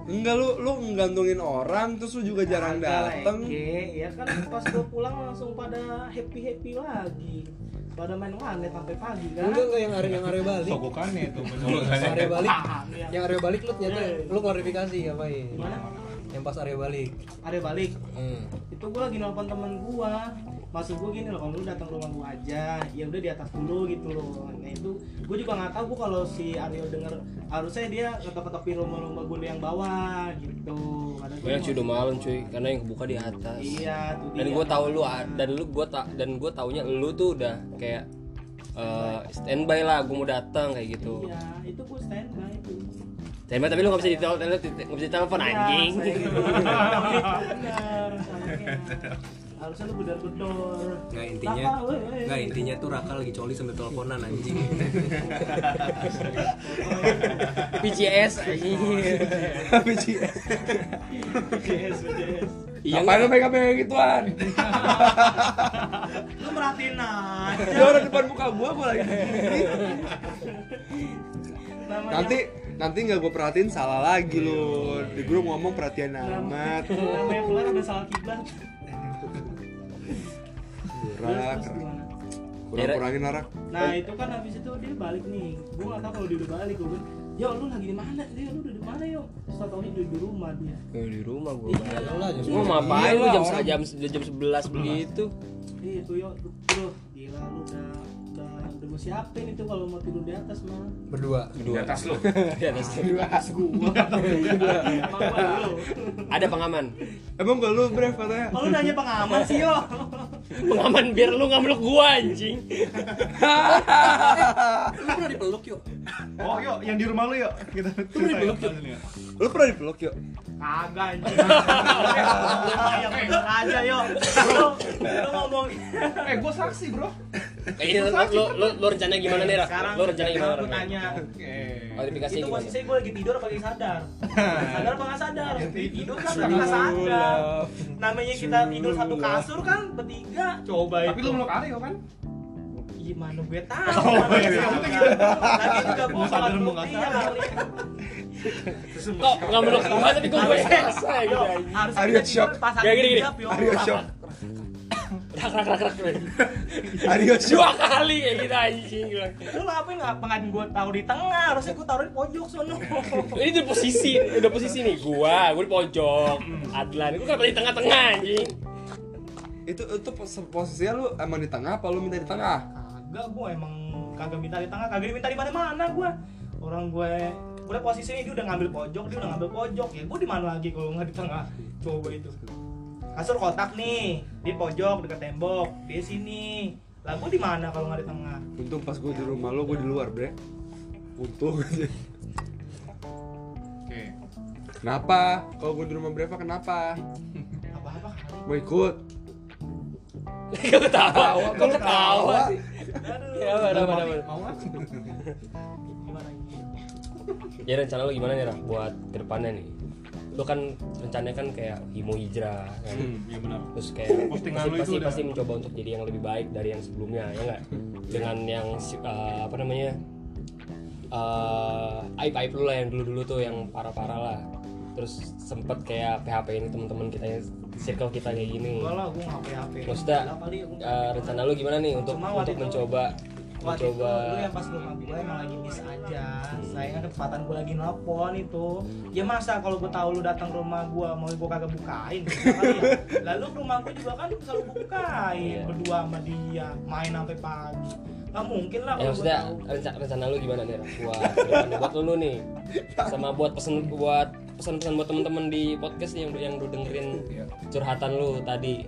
[SPEAKER 1] Enggak lu lu ngegantungin orang terus lu juga jarang
[SPEAKER 4] Agak
[SPEAKER 1] dateng.
[SPEAKER 4] lengke, Ya kan pas gua pulang langsung pada happy-happy lagi. Pada main warnet sampai pagi kan.
[SPEAKER 3] enggak enggak yang Arya yang Arya balik
[SPEAKER 15] Sogokannya itu.
[SPEAKER 3] Yang Arya balik
[SPEAKER 4] Paham ya.
[SPEAKER 3] yang Arya balik lu ternyata lu klarifikasi ngapain
[SPEAKER 4] Gimana?
[SPEAKER 3] yang pas Arya balik
[SPEAKER 4] Ada balik.
[SPEAKER 3] hmm.
[SPEAKER 4] itu gue lagi nelfon temen gue maksud gue gini loh kalau lu datang rumah gue aja ya udah di atas dulu gitu loh nah itu gue juga nggak tahu gue kalau si Ariel denger harusnya dia ketok-ketok di rumah-rumah gue yang bawah gitu Karena gua
[SPEAKER 8] Banyak cuy udah
[SPEAKER 4] mau-
[SPEAKER 8] malam cuy, karena yang kebuka di atas.
[SPEAKER 4] iya tuh dia
[SPEAKER 8] Dan gue tahu lu a- dan lu gue tak dan gue taunya lu tuh udah kayak eh, standby lah, gue mau datang kayak gitu.
[SPEAKER 4] iya itu gue standby itu
[SPEAKER 8] Standby tapi lu nggak bisa ditelepon, nggak bisa ditelepon anjing.
[SPEAKER 3] *laughs*
[SPEAKER 4] Iya, sayang. bener sayangnya. harusnya lu gedor-gedor
[SPEAKER 3] Nggak intinya,
[SPEAKER 4] Apa, weh, weh.
[SPEAKER 3] nggak intinya tuh Raka lagi coli sambil teleponan anjing.
[SPEAKER 8] PCS anjing.
[SPEAKER 4] BTS BTS
[SPEAKER 8] Iya
[SPEAKER 1] Apaan
[SPEAKER 8] nggak?
[SPEAKER 1] lu pegang pegang gituan?
[SPEAKER 4] lu merhatiin aja
[SPEAKER 1] Dia orang depan muka gua gua lagi.
[SPEAKER 4] Namanya-
[SPEAKER 1] Nanti nanti nggak gua perhatiin salah lagi lu. Di grup ngomong perhatian amat.
[SPEAKER 4] namanya pulang udah salah kiblat
[SPEAKER 1] Iya, Rak,
[SPEAKER 4] Terus gimana?
[SPEAKER 1] kurang-kurangin lah, Rak.
[SPEAKER 4] Nah itu kan habis itu dia balik nih Gue gak tau kalau dia udah balik Gue bilang Yo lu lagi di mana? Dia lu udah di mana yo? Terus taunya dia di rumah dia
[SPEAKER 8] Eh, Di rumah Iya gue.
[SPEAKER 4] Iya
[SPEAKER 8] Gue ngapain lu jam
[SPEAKER 1] orang-
[SPEAKER 8] jam jam 11 begitu?
[SPEAKER 4] Iya itu yo Bro gila lu udah Udah, udah gue siapin itu kalau mau tidur di atas mah *laughs*
[SPEAKER 3] Berdua.
[SPEAKER 8] Di atas lu. Di atas lu.
[SPEAKER 4] Gua Emang gua lu
[SPEAKER 8] Ada pengaman.
[SPEAKER 1] Emang gak lu brave katanya?
[SPEAKER 4] Kalau nanya pengaman sih yo
[SPEAKER 8] Pengaman biar lu nggak meluk gua anjing.
[SPEAKER 3] Lu pernah dipeluk yuk?
[SPEAKER 15] Oh, yuk yang di rumah lu yuk. Kita ceritain.
[SPEAKER 1] Lu pernah dipeluk yuk?
[SPEAKER 4] Kagak anjing *laughs* Yang bener aja yo Lu lu ngomong
[SPEAKER 15] Eh, gua saksi, Bro.
[SPEAKER 8] Eh, ini lu, lu, lu, lu rencana gimana nih, Rak?
[SPEAKER 4] Sekarang
[SPEAKER 8] Lu rencana gimana,
[SPEAKER 4] Gue
[SPEAKER 8] Rak?
[SPEAKER 4] tanya
[SPEAKER 8] Klarifikasi
[SPEAKER 4] itu
[SPEAKER 8] gimana?
[SPEAKER 4] posisinya gue lagi tidur apa lagi *laughs* sadar sadar apa nggak sadar tidur kan nggak sadar namanya kita tidur satu kasur kan bertiga coba
[SPEAKER 15] Tapi
[SPEAKER 4] itu
[SPEAKER 15] lu meluk Aryo kan?
[SPEAKER 4] gimana gue tahu
[SPEAKER 15] iya.
[SPEAKER 4] lagi juga gue
[SPEAKER 15] Mau
[SPEAKER 4] sholat
[SPEAKER 15] sadar mau nggak
[SPEAKER 4] bukti ya kali
[SPEAKER 8] Kok nggak meluk gua tapi kok gue selesai gitu anjing.
[SPEAKER 4] Harusnya
[SPEAKER 1] Are you
[SPEAKER 4] kita tidur
[SPEAKER 1] shocked?
[SPEAKER 4] pasangan
[SPEAKER 8] Kayak gini, gini.
[SPEAKER 4] hijab, yo.
[SPEAKER 1] Are you shocked?
[SPEAKER 8] Rak rak rak rak.
[SPEAKER 1] Are you
[SPEAKER 8] Dua
[SPEAKER 1] shocked?
[SPEAKER 8] kali kayak gitu anjing bilang.
[SPEAKER 4] Lu ngapain nggak pengen gue taruh di tengah? Harusnya gue taruh di pojok
[SPEAKER 8] *laughs*
[SPEAKER 4] sono.
[SPEAKER 8] Ini di posisi, udah posisi nih gua, gua di pojok. Adlan, gua kan di tengah-tengah anjing.
[SPEAKER 1] Itu itu pos- posisinya lu emang di tengah apa lu minta di tengah?
[SPEAKER 4] Kagak gue Nah, emang kagak minta di tengah, kagak diminta di mana-mana gue. Orang gue udah posisinya dia udah ngambil pojok, dia udah ngambil pojok ya gue di mana lagi kalau nggak di tengah coba itu kasur kotak nih di pojok dekat tembok dia sini lah gue di mana kalau nggak di tengah
[SPEAKER 1] Untung pas gue di rumah lu gue di luar, Bre. Untung aja.
[SPEAKER 5] Oke.
[SPEAKER 1] Kenapa? Kalau gue di rumah Breva kenapa?
[SPEAKER 4] apa apa kali
[SPEAKER 1] Mau ikut?
[SPEAKER 8] Kok ketawa? Kok ketawa sih?
[SPEAKER 4] aduh
[SPEAKER 8] Ya, apa, apa, apa, apa.
[SPEAKER 4] mau apa gimana ini
[SPEAKER 8] Ya rencana lo gimana nih Raf buat kedepannya nih? Lo kan rencananya kan kayak himo hijrah kan?
[SPEAKER 5] Hmm, iya benar.
[SPEAKER 8] Terus kayak
[SPEAKER 5] Postingan lo
[SPEAKER 8] pasti
[SPEAKER 5] itu
[SPEAKER 8] pasti,
[SPEAKER 5] udah-
[SPEAKER 8] pasti mencoba untuk jadi yang lebih baik dari yang sebelumnya ya nggak? Dengan yang si- eh, apa namanya eh aib aib lo lah yang dulu dulu tuh yang parah parah lah. Terus sempet kayak PHP ini teman-teman kita yang circle kita kayak gini.
[SPEAKER 4] Enggak lah, gue nggak PHP.
[SPEAKER 8] Maksudnya,
[SPEAKER 4] Lah, paling aku-
[SPEAKER 8] Eh, rencana lo gimana nih untuk
[SPEAKER 4] Cuma waktu
[SPEAKER 8] untuk
[SPEAKER 4] itu-
[SPEAKER 8] mencoba
[SPEAKER 4] Waktu itu
[SPEAKER 8] mencoba
[SPEAKER 4] dulu yang pas rumah gue emang lagi miss aja. Sayangnya kesempatan gue lagi nelpon itu. Ya masa kalau gue tahu lu datang ke rumah gue mau gue kagak bukain. Kali ya. Lalu ke rumah gue juga kan selalu gue bukain
[SPEAKER 8] Iya.
[SPEAKER 4] berdua sama dia main sampai pagi. Gak mungkin lah
[SPEAKER 8] Ya
[SPEAKER 4] kalau gue
[SPEAKER 8] maksudnya
[SPEAKER 4] tahu.
[SPEAKER 8] rencana, rencana lu gimana nih Raf? buat buat, buat lu nih sama buat pesen buat pesan-pesan buat temen-temen di podcast nih yang yang lu dengerin
[SPEAKER 5] Iya.
[SPEAKER 8] curhatan lu tadi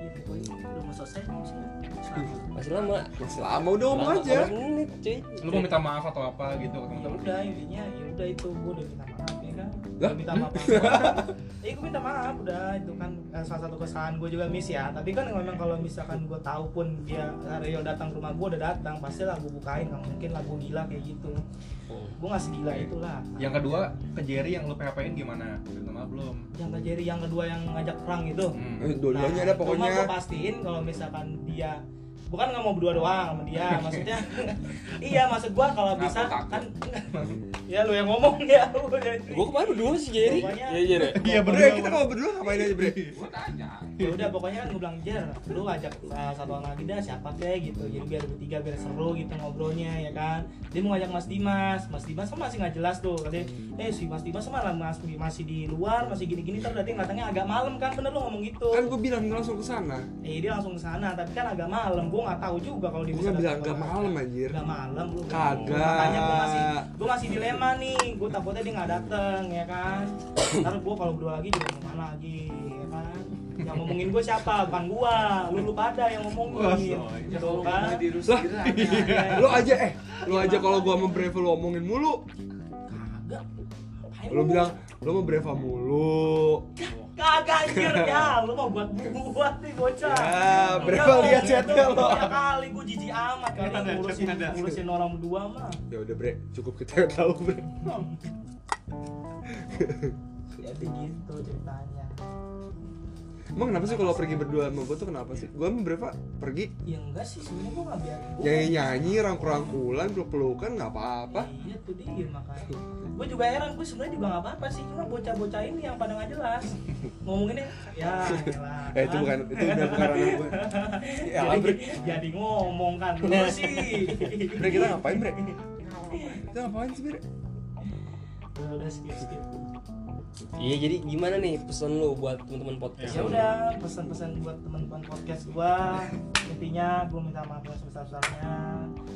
[SPEAKER 4] Iya, gue udah mau selesai belum sih? Selamat.
[SPEAKER 8] masih lama
[SPEAKER 1] Selama udah ngomong
[SPEAKER 8] Lama,
[SPEAKER 1] aja.
[SPEAKER 8] 15 menit cuy
[SPEAKER 5] Lu mau minta maaf atau apa gitu ke
[SPEAKER 4] ya
[SPEAKER 5] teman-teman?
[SPEAKER 4] udah intinya ya udah itu gue udah minta maaf ya kan
[SPEAKER 1] Lah?
[SPEAKER 4] udah minta maaf
[SPEAKER 1] *laughs*
[SPEAKER 4] ya gue minta maaf udah itu kan eh, salah satu kesalahan gue juga miss ya tapi kan memang kalau misalkan gue tahu pun dia eh, Rio datang ke rumah gue udah datang pasti lah gue bukain nggak mungkin lah gue gila kayak gitu
[SPEAKER 1] Oh.
[SPEAKER 4] gue nggak segila itulah
[SPEAKER 5] Yang kedua, ke Jerry yang lu PHP-in gimana? Minta maaf belum?
[SPEAKER 4] yang ke Jerry yang kedua yang ngajak perang itu
[SPEAKER 5] Hmm.
[SPEAKER 1] Eh, Dua-duanya
[SPEAKER 4] Nah,
[SPEAKER 1] ada
[SPEAKER 4] cuma gue
[SPEAKER 1] pokoknya.
[SPEAKER 4] pastiin kalau misalkan dia bukan nggak mau berdua doang sama dia maksudnya *laughs* iya maksud gue kalau bisa
[SPEAKER 5] Ngaku-ngaku.
[SPEAKER 4] kan
[SPEAKER 1] Hmm.
[SPEAKER 4] *laughs* ya lu yang ngomong ya udah
[SPEAKER 8] gue kemarin berdua sih Jerry
[SPEAKER 4] Pokoknya-
[SPEAKER 8] Iya Jerry
[SPEAKER 15] Iya
[SPEAKER 1] Bre, kita mau berdua ngapain aja, Bre?
[SPEAKER 5] Gua tanya.
[SPEAKER 4] ya udah pokoknya kan gue bilang jer lu ajak uh, satu orang lagi dah siapa kayak gitu jadi biar bertiga biar seru gitu ngobrolnya ya kan dia mau ngajak mas Dimas mas Dimas kan masih nggak jelas tuh katanya eh si mas Dimas malah mas, masih di luar masih gini gini terus datang datangnya agak malam kan bener lu ngomong gitu
[SPEAKER 1] Kan gue bilang langsung ke sana.
[SPEAKER 4] eh dia langsung ke sana tapi kan agak malam gue nggak tahu juga kalau dia
[SPEAKER 1] Gue
[SPEAKER 4] bisa
[SPEAKER 1] nggak bilang
[SPEAKER 4] datang
[SPEAKER 1] gak
[SPEAKER 4] apa
[SPEAKER 1] malam
[SPEAKER 4] enggak.
[SPEAKER 1] anjir.
[SPEAKER 4] Udah malam lu
[SPEAKER 1] Kagak.
[SPEAKER 4] Makanya gue masih gue masih dilema nih gue takutnya dia nggak dateng ya kan ntar gue kalau berdua lagi juga kemana lagi ya kan yang ngomongin gue siapa bukan gue lu lu pada yang ngomongin gitu
[SPEAKER 1] Lah,
[SPEAKER 4] kan
[SPEAKER 1] iya. lo aja eh, lo aja kalau gua sama Breva lo omongin mulu.
[SPEAKER 4] kagak Ngapain
[SPEAKER 1] Lo bilang lo sama Breva mulu.
[SPEAKER 4] kagak anjir ya lu mau buat buat nih bocah Iya,
[SPEAKER 1] Ya, Breva lihat chatnya lo.
[SPEAKER 4] ya kali gue jijik amat kali
[SPEAKER 15] Ada,
[SPEAKER 4] ngurusin
[SPEAKER 15] ada.
[SPEAKER 4] ngurusin orang berdua mah
[SPEAKER 1] Ya udah Bre, cukup kita *laughs* tahu Bre.
[SPEAKER 4] jadi gitu ceritanya
[SPEAKER 1] Emang kenapa sih kalau pergi berdua sama gue tuh kenapa sih? Gue sama Breva pergi
[SPEAKER 4] ya enggak sih sebenarnya gue nggak biarin Gua
[SPEAKER 1] nyanyi nyanyi rangkul-rangkulan peluk-pelukan nggak apa-apa.
[SPEAKER 4] Iya tuh dia makanya. Gue juga heran, gue sebenarnya juga nggak apa-apa sih, cuma bocah-bocah ini yang pada nggak jelas. Ngomonginnya, ya elah.
[SPEAKER 1] *laughs* Eh itu bukan itu udah bukan ranah gue. Ya,
[SPEAKER 4] *laughs* jadi,
[SPEAKER 1] Bre,
[SPEAKER 4] jadi ngomong
[SPEAKER 1] *laughs*
[SPEAKER 4] kan lu sih.
[SPEAKER 1] Bre kita ngapain Bre? Eh, Kita ngapain sih Bre?
[SPEAKER 4] Udah skip skip.
[SPEAKER 8] iya jadi gimana nih pesan lu buat teman-teman podcast
[SPEAKER 4] Ya
[SPEAKER 8] lu?
[SPEAKER 4] udah, pesan-pesan buat teman-teman podcast gua. Intinya gua minta maaf yang sebesar-besarnya.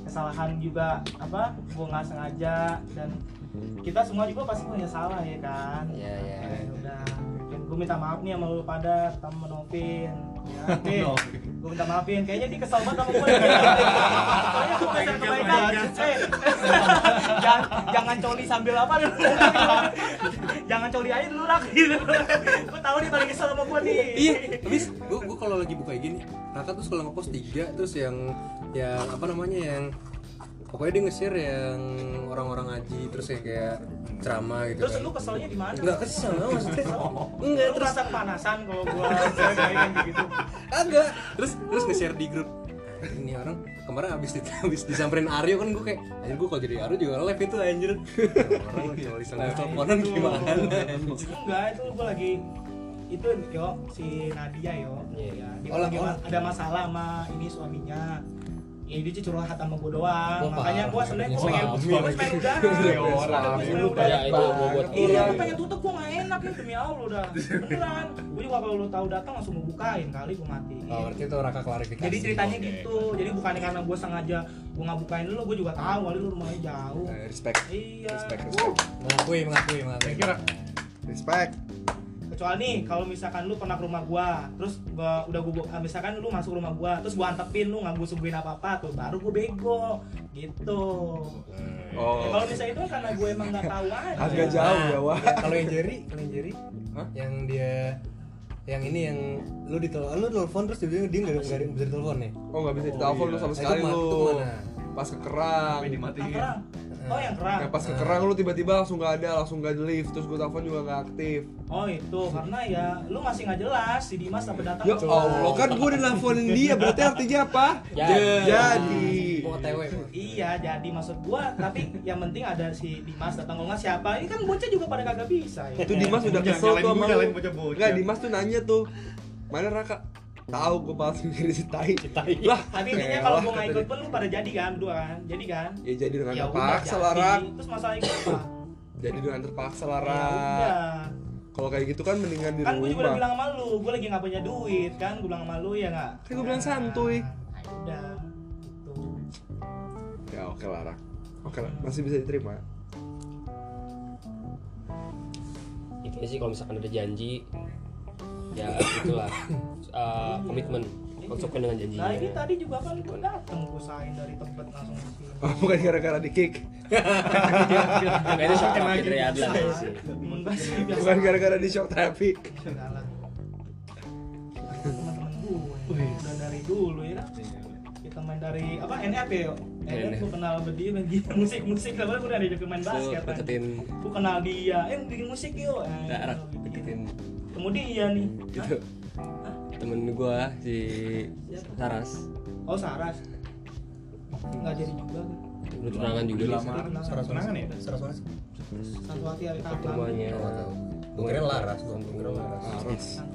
[SPEAKER 4] Kesalahan juga apa? Gua nggak sengaja dan kita semua juga pasti punya salah ya kan.
[SPEAKER 8] Iya, iya.
[SPEAKER 4] Ya udah. Dan gua minta maaf nih sama lu pada sama Novin. Ya, Vin. Gua minta maafin, kayaknya dia kesel banget sama gue Soalnya gue pesan kebaikan Eh, jangan, jangan coli sambil apa dulu *laughs* Jangan coli aja dulu lah gitu Gue tau dia paling kesel sama gue nih
[SPEAKER 3] iya habis gua gua kalau lagi buka gini Raka terus kalau ngepost tiga terus yang yang apa namanya yang pokoknya dia nge-share yang orang-orang ngaji terus yang kayak ceramah gitu
[SPEAKER 4] Terus
[SPEAKER 3] kan
[SPEAKER 4] lu keselnya di mana?
[SPEAKER 3] nggak kesel maksudnya
[SPEAKER 4] Enggak,
[SPEAKER 3] enggak
[SPEAKER 4] terus
[SPEAKER 3] terus
[SPEAKER 4] rasa kepanasan
[SPEAKER 3] *laughs*
[SPEAKER 4] kalau gue kayak gitu
[SPEAKER 3] agak terus terus nge-share di grup ini orang kemarin habis di habis disamperin Aryo kan gue kayak anjir gue kalau jadi Aryo juga live itu anjir orang cuma iseng teleponan gimana anjir.
[SPEAKER 4] enggak itu gue lagi itu yo si Nadia yo Iya. dia
[SPEAKER 3] Oh,
[SPEAKER 4] lagi
[SPEAKER 3] oh.
[SPEAKER 4] ma- ada masalah sama ini suaminya ya dia curhat sama gue doang
[SPEAKER 3] Wah,
[SPEAKER 4] makanya gue
[SPEAKER 3] parah.
[SPEAKER 4] sebenarnya gue
[SPEAKER 3] Suami.
[SPEAKER 4] pengen gue pengen udahan
[SPEAKER 5] Orang,
[SPEAKER 4] Gue pengen udahan.
[SPEAKER 8] Ya, itu gua buat
[SPEAKER 4] iya gue pengen tutup gue gak enak ya demi Allah udah beneran gue juga kalau lu tahu datang langsung gue bukain kali gue mati
[SPEAKER 3] oh berarti itu raka klarifikasi
[SPEAKER 4] jadi ceritanya gitu jadi bukan karena gue sengaja gue nggak bukain lu gue juga tahu kali lu rumahnya jauh
[SPEAKER 3] Eh, respect
[SPEAKER 4] iya
[SPEAKER 1] respect respect
[SPEAKER 3] mengakui mengakui mengakui
[SPEAKER 15] kira
[SPEAKER 1] respect
[SPEAKER 4] kecuali nih kalau misalkan lu pernah ke rumah gua terus gua udah gua ah, misalkan lu masuk rumah gua terus gua antepin lu nggak gua sungguin apa apa tuh baru gua bego gitu kalau misalnya itu kan karena gua emang nggak tahu aja
[SPEAKER 1] Oh. agak jauh ya wah
[SPEAKER 3] Ya, kalau yang Jerry kalau yang Jerry
[SPEAKER 1] Hah?
[SPEAKER 3] yang dia yang ini yang lu ditelepon lu telepon terus dia dia nggak nggak ada yang bisa ditelepon ya
[SPEAKER 1] oh nggak bisa ditelepon lu sama
[SPEAKER 3] Nah,
[SPEAKER 1] sekali
[SPEAKER 3] itu kema-
[SPEAKER 1] lu
[SPEAKER 3] itu kemana?
[SPEAKER 1] pas ke kerang
[SPEAKER 4] Yang kerang oh yang kerang
[SPEAKER 1] Ya, pas ke kerang lu tiba-tiba langsung gak ada, langsung gak di lift, terus gue telepon juga gak aktif.
[SPEAKER 4] oh itu karena ya lu masih nggak jelas si Dimas sampai datang
[SPEAKER 1] Ya
[SPEAKER 4] nggak
[SPEAKER 1] Allah, kan gue udah nelfonin dia, berarti artinya apa? Jadi.
[SPEAKER 3] mau tewe
[SPEAKER 4] Iya, jadi maksud gua, tapi yang penting ada si Dimas datang kalau nggak siapa. Ini kan bocah juga pada kagak bisa ya.
[SPEAKER 1] Itu Dimas udah
[SPEAKER 15] Jangan
[SPEAKER 1] kesel
[SPEAKER 15] nyalain
[SPEAKER 1] tuh
[SPEAKER 15] gua,
[SPEAKER 1] sama lu.
[SPEAKER 15] nyalain bocah-bocah.
[SPEAKER 1] Enggak, Dimas tuh nanya tuh, mana Raka? Tahu gue pas sendiri si Tai. Lah,
[SPEAKER 4] Tapi intinya
[SPEAKER 1] elah,
[SPEAKER 4] kalau gua nggak
[SPEAKER 1] kata
[SPEAKER 4] ikut
[SPEAKER 1] dia.
[SPEAKER 4] pun lu pada jadi kan, berdua kan? Jadi kan?
[SPEAKER 1] Ya jadi dengan
[SPEAKER 4] Ya udah,
[SPEAKER 1] terpaksa
[SPEAKER 4] jadi.
[SPEAKER 1] lah, Rak.
[SPEAKER 4] Terus masalahnya apa?
[SPEAKER 1] Jadi dengan terpaksa lah,
[SPEAKER 4] Ya
[SPEAKER 1] Rak.
[SPEAKER 4] udah.
[SPEAKER 1] Kalau kayak gitu kan mendingan di
[SPEAKER 4] Kan gue juga udah bilang
[SPEAKER 1] rumah.
[SPEAKER 4] sama lu, gue lagi nggak punya duit kan, gue bilang sama lu ya nggak.
[SPEAKER 1] Kan gua bilang santuy.
[SPEAKER 4] Nah, udah. Gitu.
[SPEAKER 1] Ya oke lah, Rak. Oke lah, masih bisa diterima.
[SPEAKER 8] itu Ya, sih kalau misalkan ada janji ya itulah Eh, komitmen konsepkan dengan janji
[SPEAKER 4] Nah ini tadi juga kan gue dateng gue sain dari tempat langsung ke
[SPEAKER 1] *laughs*
[SPEAKER 4] sini.
[SPEAKER 1] Oh, bukan gara-gara di kick.
[SPEAKER 8] kayaknya shock therapy
[SPEAKER 1] gitu.
[SPEAKER 8] dari
[SPEAKER 1] ya,
[SPEAKER 8] Adlan sih
[SPEAKER 4] Enggak sih biasa.
[SPEAKER 1] Bukan gara-gara di shock therapy.
[SPEAKER 4] Segala. Teman-teman gue ya. udah dari dulu ya. kan? Kita main dari apa NF ya? yuk? NF gue kenal sama dia main gitu musik-musik lah, gue udah diajakin main
[SPEAKER 3] lu
[SPEAKER 4] basket. kan.
[SPEAKER 3] deketin
[SPEAKER 4] Gue kenal dia, eh bikin musik yuk. Eh,
[SPEAKER 3] darat
[SPEAKER 4] gitu.
[SPEAKER 3] deketin
[SPEAKER 4] Kemudian iya nih.
[SPEAKER 3] itu temen gua si Saras
[SPEAKER 4] Oh Saras. Nggak jadi juga.
[SPEAKER 8] lu tunangan juga dia
[SPEAKER 4] Saras kenal.
[SPEAKER 15] Senangan ya?
[SPEAKER 3] Saras mana sih
[SPEAKER 4] Satu hati hari
[SPEAKER 8] satu
[SPEAKER 4] kapan?
[SPEAKER 8] rumahnya
[SPEAKER 3] gue kira Laras gue kira Laras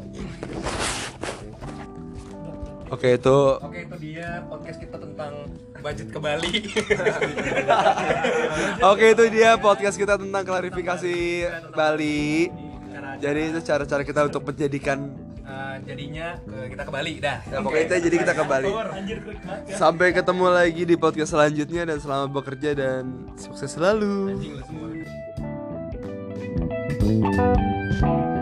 [SPEAKER 9] Oke itu
[SPEAKER 3] Oke itu dia podcast kita tentang budget ke Bali. *laughs*
[SPEAKER 9] Oke itu dia podcast kita tentang klarifikasi Bali Jadi itu cara-cara kita untuk menjadikan
[SPEAKER 3] Eh, jadinya eh, kita ke Bali dah.
[SPEAKER 9] Ya, pokoknya itu jadi kita ke Bali Sampai ketemu lagi di podcast selanjutnya Dan selamat bekerja dan sukses selalu
[SPEAKER 3] Anjing lu semua.